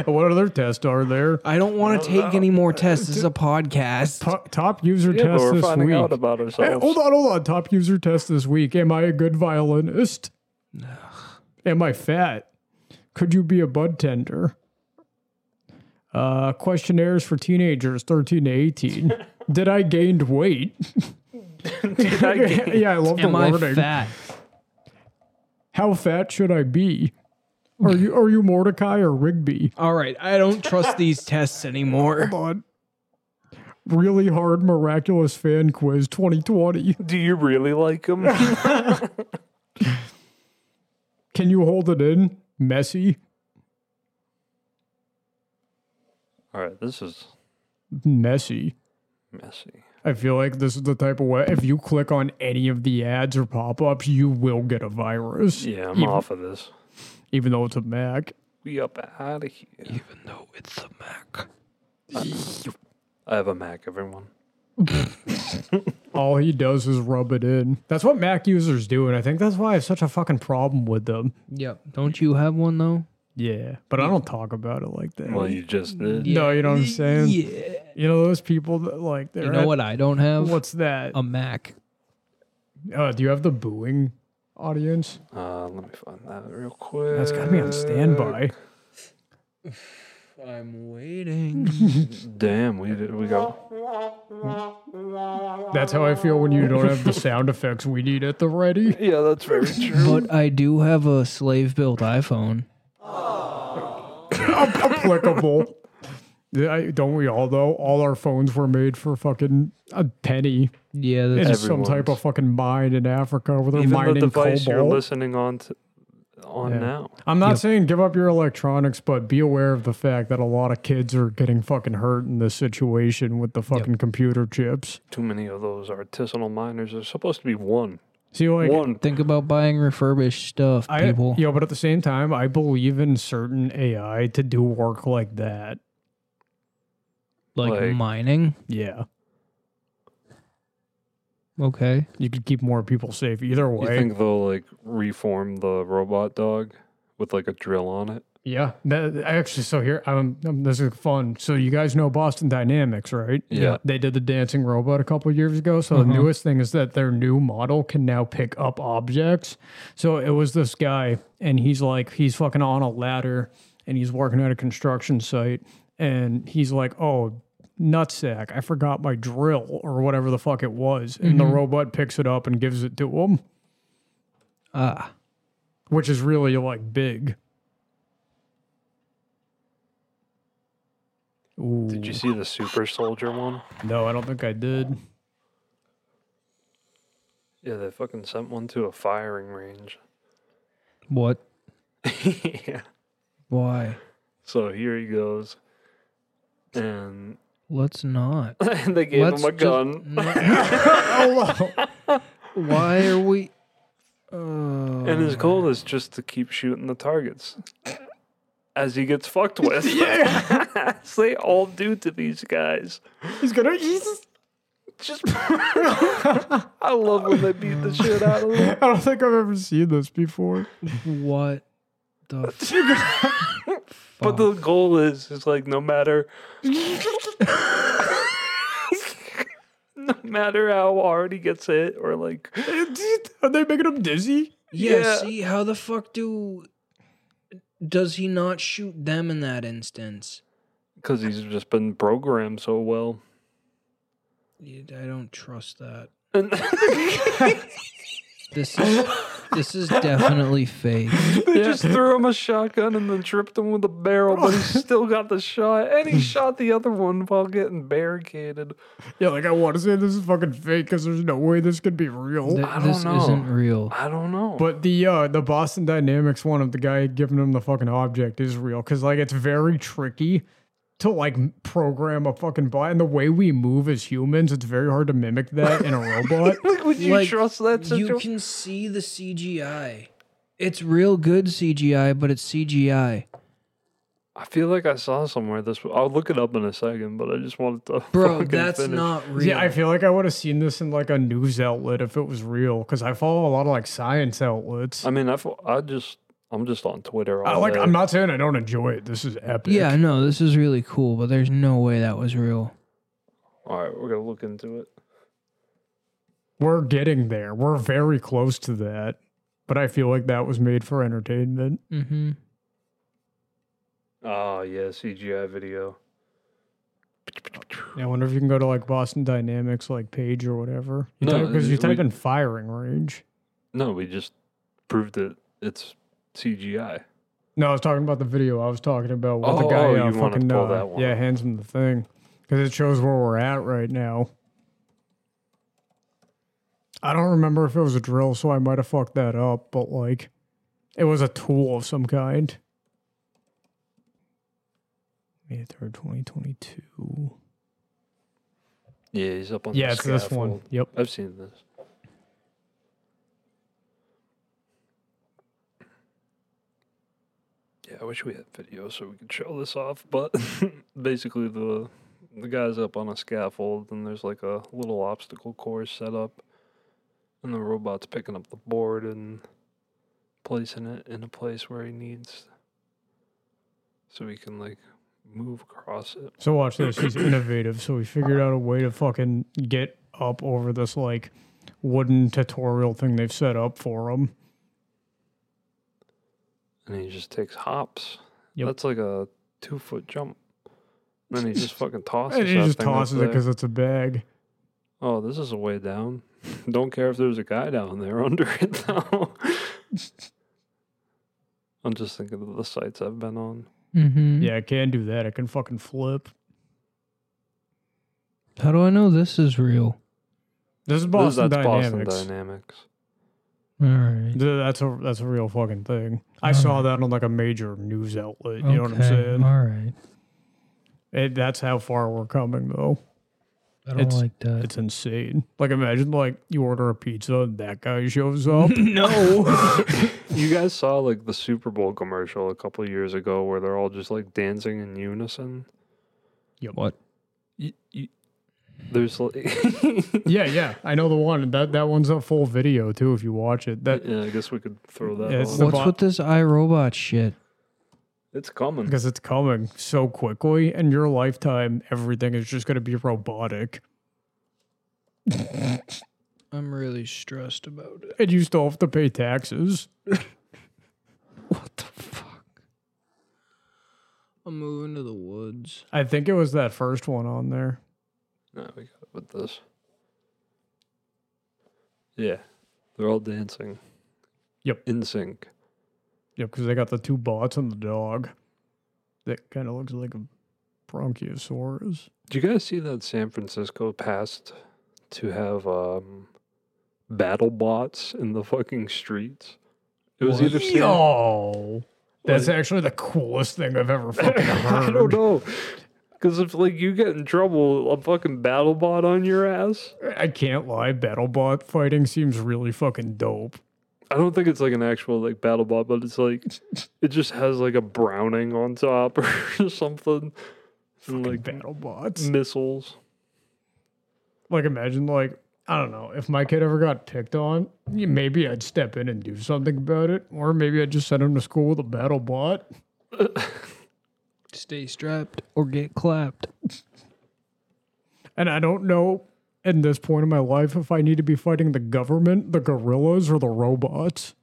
[SPEAKER 1] What other tests are there?
[SPEAKER 2] I don't want to take any more tests. This is a podcast.
[SPEAKER 1] To- top user
[SPEAKER 3] Yeah, but
[SPEAKER 1] test
[SPEAKER 3] we're
[SPEAKER 1] this
[SPEAKER 3] finding
[SPEAKER 1] week.
[SPEAKER 3] out about
[SPEAKER 1] Hey,
[SPEAKER 3] ourselves.
[SPEAKER 1] hold on, hold on. Top user test this week. Am I a good violinist? Am I fat? Could you be a bud tender? Uh, questionnaires for teenagers 13 to 18. Did I gained weight?
[SPEAKER 3] Did I gain-
[SPEAKER 1] yeah, I love the
[SPEAKER 2] Am I
[SPEAKER 1] wording.
[SPEAKER 2] fat?
[SPEAKER 1] How fat should I be? Are you are you Mordecai or Rigby?
[SPEAKER 2] All right, I don't trust these tests anymore.
[SPEAKER 1] Hold on. Really hard miraculous fan quiz 2020.
[SPEAKER 3] Do you really like him?
[SPEAKER 1] Can you hold it in? Messy.
[SPEAKER 3] All right, this is
[SPEAKER 1] Messy.
[SPEAKER 3] messy.
[SPEAKER 1] I feel like this is the type of way if you click on any of the ads or pop ups, you will get a virus.
[SPEAKER 3] Yeah, I'm
[SPEAKER 1] even,
[SPEAKER 3] off of this.
[SPEAKER 1] even though it's a Mac.
[SPEAKER 3] We up out of here.
[SPEAKER 2] Even though it's a Mac.
[SPEAKER 3] I have a Mac, everyone.
[SPEAKER 1] All he does is rub it in. That's what Mac users do, and I think that's why I have such a fucking problem with them.
[SPEAKER 2] Yep. Don't you have one though?
[SPEAKER 1] Yeah. But I don't talk about it like that.
[SPEAKER 3] Well, you just did.
[SPEAKER 1] no, you know what I'm saying?
[SPEAKER 2] Yeah.
[SPEAKER 1] You know those people that like they're
[SPEAKER 2] You know
[SPEAKER 1] at-
[SPEAKER 2] what I Um, don't have?
[SPEAKER 1] what's that?
[SPEAKER 2] a Mac.
[SPEAKER 1] Uh, do you have the booing audience?
[SPEAKER 3] Uh, let me find that real quick.
[SPEAKER 1] That's gotta be
[SPEAKER 2] Uh,
[SPEAKER 1] on standby.
[SPEAKER 2] I'm waiting.
[SPEAKER 3] Damn, we did, we got.
[SPEAKER 1] That's how I feel when you don't have the sound effects we need at the ready.
[SPEAKER 3] Yeah, that's very true.
[SPEAKER 2] But I do have a slave built iPhone.
[SPEAKER 1] applicable. Yeah, I- don't we all though? All our phones were made for fucking a penny
[SPEAKER 2] Yeah,
[SPEAKER 1] in
[SPEAKER 2] that's
[SPEAKER 1] some type of
[SPEAKER 3] Everyone's.
[SPEAKER 1] fucking mine in Africa where they're
[SPEAKER 3] Even the
[SPEAKER 1] mining
[SPEAKER 3] device you're
[SPEAKER 1] cobalt.
[SPEAKER 3] listening on to, on
[SPEAKER 1] Yeah.
[SPEAKER 3] now.
[SPEAKER 1] I'm not saying give up your electronics, but be aware of the fact that a lot of kids are getting fucking hurt in this situation with the fucking computer chips.
[SPEAKER 3] Too many of those artisanal miners. There's supposed to be one.
[SPEAKER 1] See, like,
[SPEAKER 3] one.
[SPEAKER 2] think about buying refurbished stuff,
[SPEAKER 1] I,
[SPEAKER 2] people.
[SPEAKER 1] you know, but at the same time, I believe in certain AI to do work like that.
[SPEAKER 2] like,
[SPEAKER 3] like-
[SPEAKER 2] mining.
[SPEAKER 1] Yeah,
[SPEAKER 2] Okay.
[SPEAKER 1] you could keep more people safe either
[SPEAKER 3] You
[SPEAKER 1] way.
[SPEAKER 3] think they'll like reform the robot dog with like a drill on it?
[SPEAKER 1] Yeah, that, I actually, so here, um, um, this is fun. So you guys know Boston Dynamics, right?
[SPEAKER 3] Yeah.
[SPEAKER 1] They did the dancing robot a couple years ago. So
[SPEAKER 2] Uh-huh.
[SPEAKER 1] the newest thing is that their new model can now pick up objects. So it was this guy, and he's like, he's fucking on a ladder, and he's working at a construction site, and he's like, oh. nutsack, I forgot my drill or whatever the fuck it was. And the robot picks it up and gives it to him,
[SPEAKER 2] Ah,
[SPEAKER 1] which is really like big. Ooh.
[SPEAKER 3] Did you see the super soldier one?
[SPEAKER 1] No, I don't think I did.
[SPEAKER 3] Yeah, they fucking sent one to a firing range.
[SPEAKER 2] what?
[SPEAKER 3] yeah.
[SPEAKER 2] Why?
[SPEAKER 3] So here he goes. And
[SPEAKER 2] Let's not.
[SPEAKER 3] they gave
[SPEAKER 2] Let's
[SPEAKER 3] him a
[SPEAKER 2] just-
[SPEAKER 3] gun.
[SPEAKER 2] Why are we? Oh,
[SPEAKER 3] And his goal is just to keep shooting the targets as he gets fucked with. yeah. as they all do to these guys.
[SPEAKER 1] He's gonna.
[SPEAKER 3] Just I love when they beat the shit out of them.
[SPEAKER 1] I don't think I've ever seen this before.
[SPEAKER 2] what the? F-
[SPEAKER 3] But the goal is is like no matter no matter how hard he gets hit or like
[SPEAKER 1] Are they making him dizzy?
[SPEAKER 2] yeah,
[SPEAKER 3] yeah.
[SPEAKER 2] See how the fuck do? Does he not shoot them in that instance?
[SPEAKER 3] because he's just been programmed so well.
[SPEAKER 2] I don't trust that.
[SPEAKER 3] And
[SPEAKER 2] This is this is definitely fake.
[SPEAKER 3] they just threw him a shotgun and then tripped him with a barrel, but he still got the shot. And he shot the other one while getting barricaded.
[SPEAKER 1] Yeah, like I want to say this is fucking fake because there's no way this could be real.
[SPEAKER 2] Th-
[SPEAKER 3] I don't
[SPEAKER 2] this
[SPEAKER 3] know.
[SPEAKER 2] isn't real.
[SPEAKER 3] I don't know.
[SPEAKER 1] But the uh, the Boston Dynamics one of the guy giving him the fucking object is real because like it's very tricky to like m- program a fucking bot and the way we move as humans, it's very hard to mimic that in a robot.
[SPEAKER 3] like, would you
[SPEAKER 2] like,
[SPEAKER 3] trust that
[SPEAKER 2] You
[SPEAKER 3] situation?
[SPEAKER 2] can see the CGI. It's real good CGI, but it's CGI.
[SPEAKER 3] I feel like I saw somewhere this. I'll look it up in a second, but I just wanted to.
[SPEAKER 2] Bro,
[SPEAKER 3] fucking
[SPEAKER 2] that's
[SPEAKER 3] finish.
[SPEAKER 2] not real.
[SPEAKER 1] Yeah, I feel like I would have seen this in like a news outlet if it was real because I follow a lot of like science outlets.
[SPEAKER 3] I mean, I, fo- I just. I'm just on Twitter.
[SPEAKER 1] I
[SPEAKER 3] all
[SPEAKER 1] like.
[SPEAKER 3] day.
[SPEAKER 1] I'm not saying I don't enjoy it. This is epic.
[SPEAKER 2] yeah, no, this is really cool, but there's no way that was real.
[SPEAKER 3] All right, we're gonna look into it.
[SPEAKER 1] we're getting there. We're very close to that. But I feel like that was made for entertainment.
[SPEAKER 2] Mm-hmm.
[SPEAKER 3] Oh yeah, CGI video.
[SPEAKER 1] I wonder if you can go to like Boston Dynamics like page or whatever. You
[SPEAKER 3] No,
[SPEAKER 1] because you
[SPEAKER 3] we-
[SPEAKER 1] type in firing range.
[SPEAKER 3] No, we just proved that it's CGI.
[SPEAKER 1] No, I was talking about the video. I was talking about what the
[SPEAKER 3] Oh,
[SPEAKER 1] guy
[SPEAKER 3] oh,
[SPEAKER 1] uh,
[SPEAKER 3] you wanna
[SPEAKER 1] fucking
[SPEAKER 3] pull
[SPEAKER 1] uh,
[SPEAKER 3] that one
[SPEAKER 1] yeah
[SPEAKER 3] up.
[SPEAKER 1] hands him the thing because it shows where we're at right now. I don't remember if it was a drill, so I might have fucked that up. But like, it was a tool of some kind. May third, twenty twenty two.
[SPEAKER 3] Yeah, he's up on.
[SPEAKER 1] Yeah,
[SPEAKER 3] the
[SPEAKER 1] it's this one.
[SPEAKER 3] scaffold.
[SPEAKER 1] Yep.
[SPEAKER 3] I've seen this. Yeah, I wish we had video so we could show this off. But basically, the the guy's up on a scaffold, and there's like a little obstacle course set up, and the robot's picking up the board and placing it in a place where he needs, so he can like move across it.
[SPEAKER 1] So watch this. He's innovative. So we figured out a way to fucking get up over this like wooden tutorial thing they've set up for him.
[SPEAKER 3] and he just takes hops.
[SPEAKER 1] Yep.
[SPEAKER 3] That's like a two foot jump. And then he just fucking tosses.
[SPEAKER 1] And he
[SPEAKER 3] that
[SPEAKER 1] just
[SPEAKER 3] thing up
[SPEAKER 1] tosses it
[SPEAKER 3] there.
[SPEAKER 1] because it's a bag.
[SPEAKER 3] oh, this is a way down. Don't care if there's a guy down there under it though. I'm just thinking of the sites I've been on.
[SPEAKER 2] Mm-hmm.
[SPEAKER 1] Yeah, it can do that. It can fucking flip.
[SPEAKER 2] How do I know this is real?
[SPEAKER 1] This is
[SPEAKER 3] This-
[SPEAKER 1] Boston
[SPEAKER 3] that's
[SPEAKER 1] Dynamics.
[SPEAKER 3] Boston Dynamics.
[SPEAKER 2] All right.
[SPEAKER 1] Th- That's a that's a real fucking thing. I saw that on like a major news outlet. You know what I'm
[SPEAKER 2] Okay,
[SPEAKER 1] saying?
[SPEAKER 2] All right.
[SPEAKER 1] It, that's how far we're coming though.
[SPEAKER 2] I don't
[SPEAKER 1] It's-
[SPEAKER 2] like that.
[SPEAKER 1] It's insane. Like imagine like you order a pizza and that guy shows up.
[SPEAKER 2] no.
[SPEAKER 3] You guys saw like the Super Bowl commercial a couple years ago where they're all just like dancing in unison.
[SPEAKER 2] what?
[SPEAKER 3] Y- y- there's like,
[SPEAKER 1] yeah, yeah. I know the one. That that one's a full video too if you watch it. That
[SPEAKER 3] yeah, I guess we could throw that.
[SPEAKER 1] Yeah, it's
[SPEAKER 3] on.
[SPEAKER 1] the
[SPEAKER 2] What's
[SPEAKER 1] bo-
[SPEAKER 2] with this iRobot shit?
[SPEAKER 3] it's coming.
[SPEAKER 1] because it's coming so quickly in your lifetime everything is just going to be robotic
[SPEAKER 2] I'm really stressed about it.
[SPEAKER 1] and you still have to pay taxes
[SPEAKER 2] I'm moving to the woods. episodes.
[SPEAKER 1] I think it was that first one on there.
[SPEAKER 3] No, we got it with this. Yeah. They're all dancing.
[SPEAKER 1] Yep.
[SPEAKER 3] In sync.
[SPEAKER 1] Yeah, because they got the two bots and the dog. That kind of looks like a bronchiosaurus.
[SPEAKER 3] Do you guys see that San Francisco passed to have um, battle bots in the fucking streets? It was either San-
[SPEAKER 1] Yo, that's
[SPEAKER 3] What?
[SPEAKER 1] actually the coolest thing I've ever fucking heard.
[SPEAKER 3] I don't know. Because if like you get in trouble, a fucking battle bot on your ass.
[SPEAKER 1] I can't lie, BattleBot fighting seems really fucking dope.
[SPEAKER 3] I don't think it's like an actual like battle bot, but it's like it just has like a Browning on top or something, and,
[SPEAKER 1] Like
[SPEAKER 3] like
[SPEAKER 1] BattleBots.
[SPEAKER 3] missiles.
[SPEAKER 1] Like imagine like I don't know if my kid ever got picked on, y- maybe I'd step in and do something about it, or maybe I'd just send him to school with a BattleBot.
[SPEAKER 2] Stay strapped or get clapped.
[SPEAKER 1] And I don't know at this point in my life if I need to be fighting the government, the gorillas, or the robots.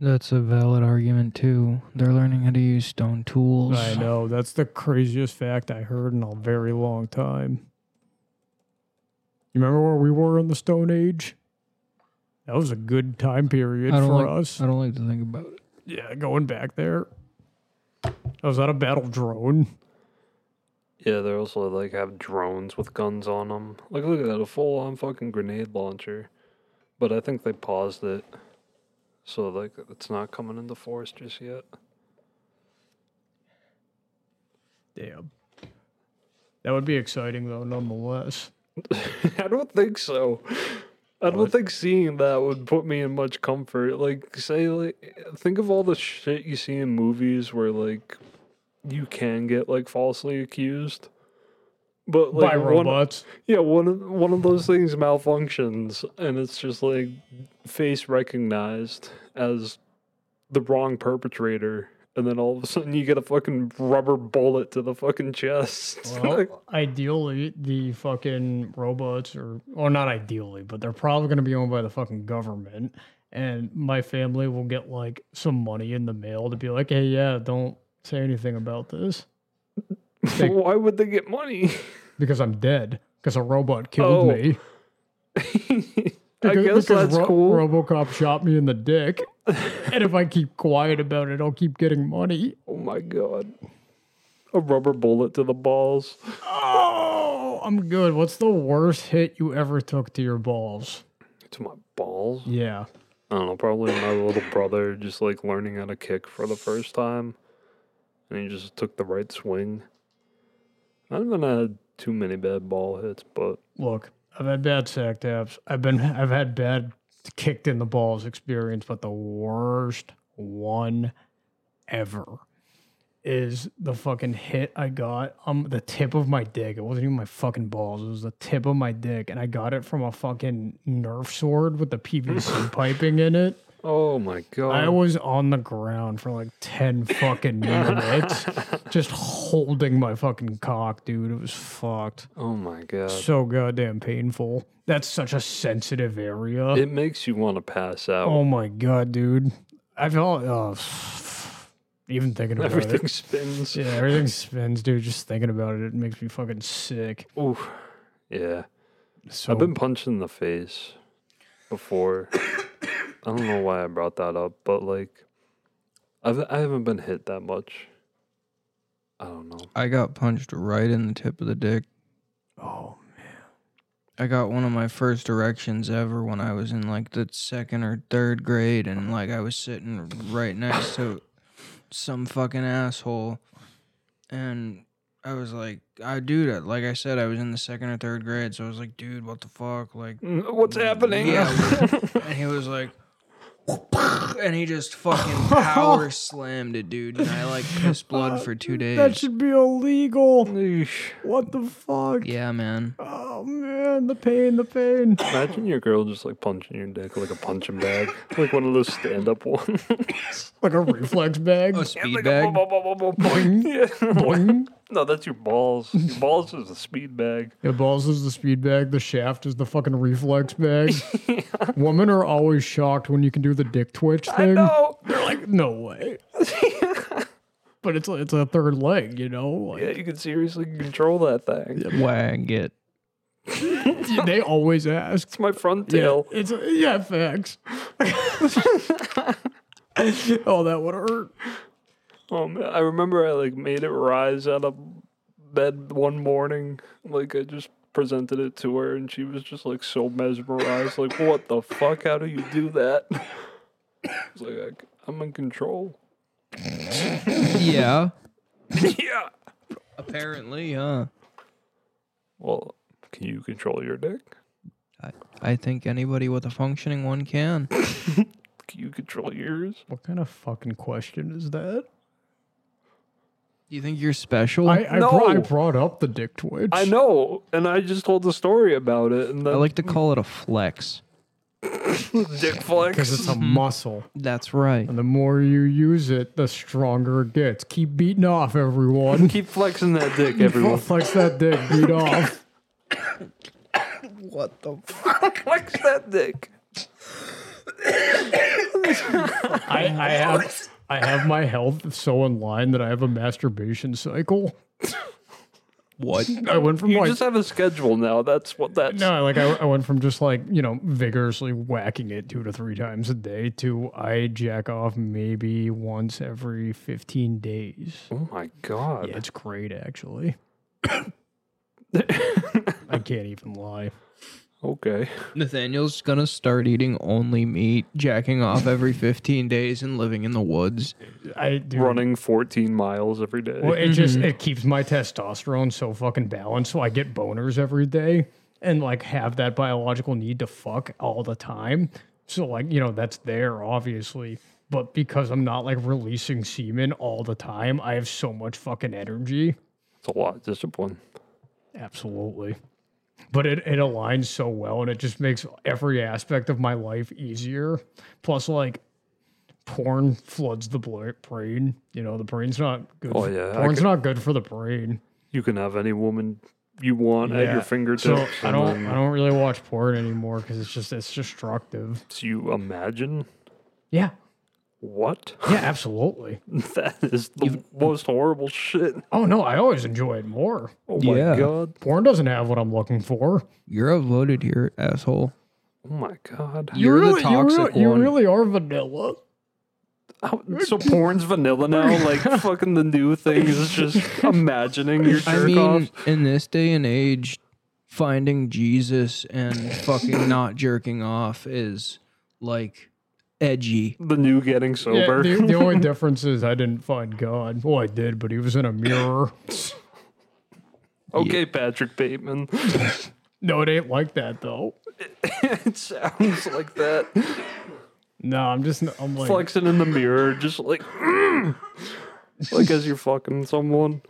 [SPEAKER 2] That's a valid argument too. They're learning how to use stone tools.
[SPEAKER 1] I know that's the craziest fact I heard in a very long time. You remember where we were in the Stone Age? That was a good time period
[SPEAKER 2] I don't
[SPEAKER 1] for
[SPEAKER 2] like,
[SPEAKER 1] us.
[SPEAKER 2] I don't like to think about it.
[SPEAKER 1] Yeah, going back there. I was on a battle drone.
[SPEAKER 3] Yeah, they also like have drones with guns on them. Like look at that, a full-on fucking grenade launcher. But I think they paused it, so like it's not coming into force just yet.
[SPEAKER 1] Damn. That would be exciting though, nonetheless.
[SPEAKER 3] I don't think so. I don't think seeing that would put me in much comfort. Like, say, like, think of all the shit you see in movies where, like, you can get like falsely accused, but like
[SPEAKER 1] By
[SPEAKER 3] one,
[SPEAKER 1] robots.
[SPEAKER 3] yeah, one of one of those things malfunctions, and it's just like face recognized as the wrong perpetrator, and then all of a sudden you get a fucking rubber bullet to the fucking chest.
[SPEAKER 1] Well, ideally, the fucking robots are, or not ideally, but they're probably going to be owned by the fucking government. And my family will get like some money in the mail to be like, hey, yeah, don't say anything about this
[SPEAKER 3] Why would they get money?
[SPEAKER 1] because I'm dead because a robot killed
[SPEAKER 3] Oh,
[SPEAKER 1] me.
[SPEAKER 3] I
[SPEAKER 1] Because-
[SPEAKER 3] guess
[SPEAKER 1] because
[SPEAKER 3] that's
[SPEAKER 1] Ro-
[SPEAKER 3] cool.
[SPEAKER 1] Robocop shot me in the dick. and if I keep quiet about it, I'll keep getting money.
[SPEAKER 3] oh my god. A rubber bullet to the balls.
[SPEAKER 1] Oh, I'm good. What's the worst hit you ever took to your balls?
[SPEAKER 3] To my balls?
[SPEAKER 1] Yeah.
[SPEAKER 3] I don't know, probably my little brother just like learning how to kick for the first time. And he just took the right swing. I haven't had too many bad ball hits, but
[SPEAKER 1] look, I've had bad sack taps. I've been I've had bad kicked in the balls experience, but the worst one ever is the fucking hit I got on the tip of my dick. It wasn't even my fucking balls. It was the tip of my dick, and I got it from a fucking Nerf sword with the PVC piping in it.
[SPEAKER 3] oh my god.
[SPEAKER 1] I was on the ground for like 10 fucking minutes just holding my fucking cock, dude. It was fucked
[SPEAKER 3] oh my god.
[SPEAKER 1] so goddamn painful. That's such a sensitive area.
[SPEAKER 3] It makes you want to pass out.
[SPEAKER 1] oh my god, dude. I felt oh, even thinking about
[SPEAKER 3] Everything
[SPEAKER 1] it.
[SPEAKER 3] spins.
[SPEAKER 1] Yeah, everything spins, dude. Just thinking about it, it makes me fucking sick.
[SPEAKER 3] Oof. Yeah.
[SPEAKER 1] So
[SPEAKER 3] I've been punched in the face before. I don't know why I brought that up, but like, I've I haven't been hit that much. I don't know.
[SPEAKER 2] I got punched right in the tip of the dick.
[SPEAKER 1] oh,
[SPEAKER 2] I got one of my first erections ever when I was in like the second or third grade, and like I was sitting right next to some fucking asshole, and I was like, "I dude, like I said, I was in the second or third grade, so I was like, dude, what the fuck, like."
[SPEAKER 3] Mm, What's happening?
[SPEAKER 2] Yeah. and he was like, and he just fucking power slammed it, dude. And I like pissed blood for two days.
[SPEAKER 1] that should be illegal.
[SPEAKER 3] Eesh.
[SPEAKER 1] What the fuck?
[SPEAKER 2] yeah, man.
[SPEAKER 1] Oh man, the pain, the pain.
[SPEAKER 3] Imagine your girl just like punching your dick like a punching bag, like one of those stand-up ones.
[SPEAKER 1] Like a reflex bag.
[SPEAKER 3] Oh,
[SPEAKER 2] A speed
[SPEAKER 3] Like a
[SPEAKER 2] bag.
[SPEAKER 3] bo- bo- bo- bo- boing. Yeah.
[SPEAKER 1] Boing.
[SPEAKER 3] No, that's your balls. Your balls is a speed bag.
[SPEAKER 1] The balls is the speed bag. The shaft is the fucking reflex bag. Women are always shocked when you can do the dick twitch thing.
[SPEAKER 3] No.
[SPEAKER 1] They're like, no way. but it's it's a third leg, you know. Like,
[SPEAKER 3] Yeah, you can seriously control that thing.
[SPEAKER 2] Wag it.
[SPEAKER 1] They always ask.
[SPEAKER 3] It's my front
[SPEAKER 1] Yeah,
[SPEAKER 3] tail.
[SPEAKER 1] it's yeah, facts. oh, that would hurt.
[SPEAKER 3] Oh man, I remember I like made it rise out of bed one morning. Like I just presented it to her, and she was just like so mesmerized. Like, what the fuck? How do you do that? I was like, I c- I'm in control.
[SPEAKER 2] Yeah.
[SPEAKER 3] yeah.
[SPEAKER 2] Apparently, huh?
[SPEAKER 3] Well, can you control your dick?
[SPEAKER 2] I think anybody with a functioning one can.
[SPEAKER 3] Can you control yours?
[SPEAKER 1] What kind of fucking question is that?
[SPEAKER 2] Do you think you're special?
[SPEAKER 1] I I, brought- I
[SPEAKER 3] Oh, No.
[SPEAKER 1] brought up the dick twitch.
[SPEAKER 3] I know, and I just told the story about it, and
[SPEAKER 2] I
[SPEAKER 3] then
[SPEAKER 2] like to call it a flex.
[SPEAKER 3] dick flex.
[SPEAKER 1] because it's a muscle,
[SPEAKER 2] That's right.
[SPEAKER 1] and the more you use it, the stronger it gets. Keep beating off, everyone.
[SPEAKER 3] Keep flexing that dick, everyone.
[SPEAKER 1] Flex that dick, beat off.
[SPEAKER 2] What the
[SPEAKER 3] flex that dick.
[SPEAKER 1] I, I have I have my health so in line that I have a masturbation cycle.
[SPEAKER 2] What?
[SPEAKER 1] I went from
[SPEAKER 3] You
[SPEAKER 1] like
[SPEAKER 3] just have a schedule now. That's what that's.
[SPEAKER 1] No, like I, I went from just like, you know, vigorously whacking it two to three times a day to I jack off maybe once every 15 days.
[SPEAKER 3] Oh my god.
[SPEAKER 1] Yeah, it's great, actually. I can't even lie.
[SPEAKER 3] Okay.
[SPEAKER 2] Nathaniel's gonna start eating only meat, jacking off every 15 days, and living in the woods.
[SPEAKER 1] I do.
[SPEAKER 3] Running 14 miles every day.
[SPEAKER 1] Well, it just
[SPEAKER 3] Mm-hmm.
[SPEAKER 1] it keeps my testosterone so fucking balanced, so I get boners every day and like have that biological need to fuck all the time. So like you know that's there obviously, but because I'm not like releasing semen all the time, I have so much fucking energy.
[SPEAKER 3] It's a lot of discipline.
[SPEAKER 1] Absolutely. But it, it aligns so well and it just makes every aspect of my life easier. Plus, like, porn floods the bla- brain. You know, the brain's not good.
[SPEAKER 3] Oh,
[SPEAKER 1] for-
[SPEAKER 3] yeah, I
[SPEAKER 1] Porn's
[SPEAKER 3] could-
[SPEAKER 1] not good for the brain.
[SPEAKER 3] You can have any woman you want at
[SPEAKER 1] Yeah.
[SPEAKER 3] your fingertips.
[SPEAKER 1] So I
[SPEAKER 3] and
[SPEAKER 1] don't
[SPEAKER 3] then
[SPEAKER 1] I don't really watch porn anymore because it's just it's destructive.
[SPEAKER 3] so you imagine
[SPEAKER 1] Yeah.
[SPEAKER 3] what?
[SPEAKER 1] Yeah, absolutely.
[SPEAKER 3] that is the most horrible shit.
[SPEAKER 1] Oh no, I always enjoy it more.
[SPEAKER 3] Oh my
[SPEAKER 2] Yeah.
[SPEAKER 3] god.
[SPEAKER 1] Porn doesn't have what I'm looking for.
[SPEAKER 2] You're outvoted here, asshole.
[SPEAKER 3] Oh my god.
[SPEAKER 2] You're the toxic
[SPEAKER 1] you really,
[SPEAKER 2] one.
[SPEAKER 1] You really are vanilla.
[SPEAKER 3] How- so porn's vanilla now. Like fucking the new thing is just imagining your jerk
[SPEAKER 2] I mean,
[SPEAKER 3] off.
[SPEAKER 2] in this day and age, finding Jesus and fucking not jerking off is like edgy.
[SPEAKER 3] The new getting sober.
[SPEAKER 1] Yeah, the, the only difference is I didn't find God. Well, I did, but he was in a mirror.
[SPEAKER 3] okay, Patrick Bateman.
[SPEAKER 1] No, it ain't like that though.
[SPEAKER 3] it sounds like that.
[SPEAKER 1] No, I'm just I'm like
[SPEAKER 3] flexing in the mirror, just like, mm. like as you're fucking someone.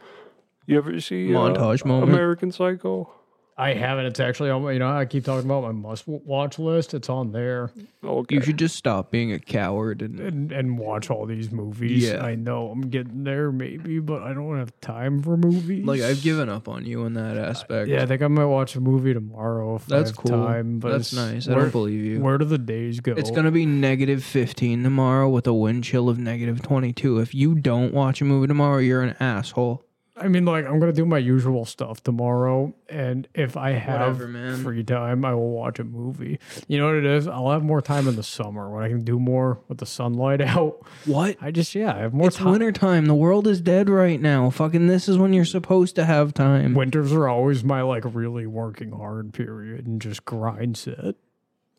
[SPEAKER 3] You ever see uh,
[SPEAKER 2] Montage moment.
[SPEAKER 3] American Psycho?
[SPEAKER 1] I haven't. It's actually on. my- You know, I keep talking about my must w- watch list. It's on there
[SPEAKER 3] Okay,
[SPEAKER 2] You should just stop being a coward and
[SPEAKER 1] and, and watch all these movies.
[SPEAKER 2] Yeah.
[SPEAKER 1] I know I'm getting there maybe, but I don't have time for movies.
[SPEAKER 2] like I've given up on you in that aspect.
[SPEAKER 1] yeah, I think I might watch a movie tomorrow if I
[SPEAKER 2] That's
[SPEAKER 1] have
[SPEAKER 2] cool.
[SPEAKER 1] time. But
[SPEAKER 2] That's
[SPEAKER 1] it's-
[SPEAKER 2] nice. I
[SPEAKER 1] Where,
[SPEAKER 2] don't believe you.
[SPEAKER 1] where do the days go?
[SPEAKER 2] It's gonna be negative 15 tomorrow with a wind chill of negative 22. If you don't watch a movie tomorrow, you're an asshole.
[SPEAKER 1] I mean, like, I'm gonna do my usual stuff tomorrow, and if I have
[SPEAKER 2] Whatever, man.
[SPEAKER 1] free time, I will watch a movie. You know what it is? I'll have more time in the summer when I can do more with the sunlight out.
[SPEAKER 2] What?
[SPEAKER 1] I just, yeah, I have more
[SPEAKER 2] It's
[SPEAKER 1] time.
[SPEAKER 2] wintertime. The world is dead right now. Fucking, this is when you're supposed to have time.
[SPEAKER 1] Winters are always my like really working hard period and just grind set.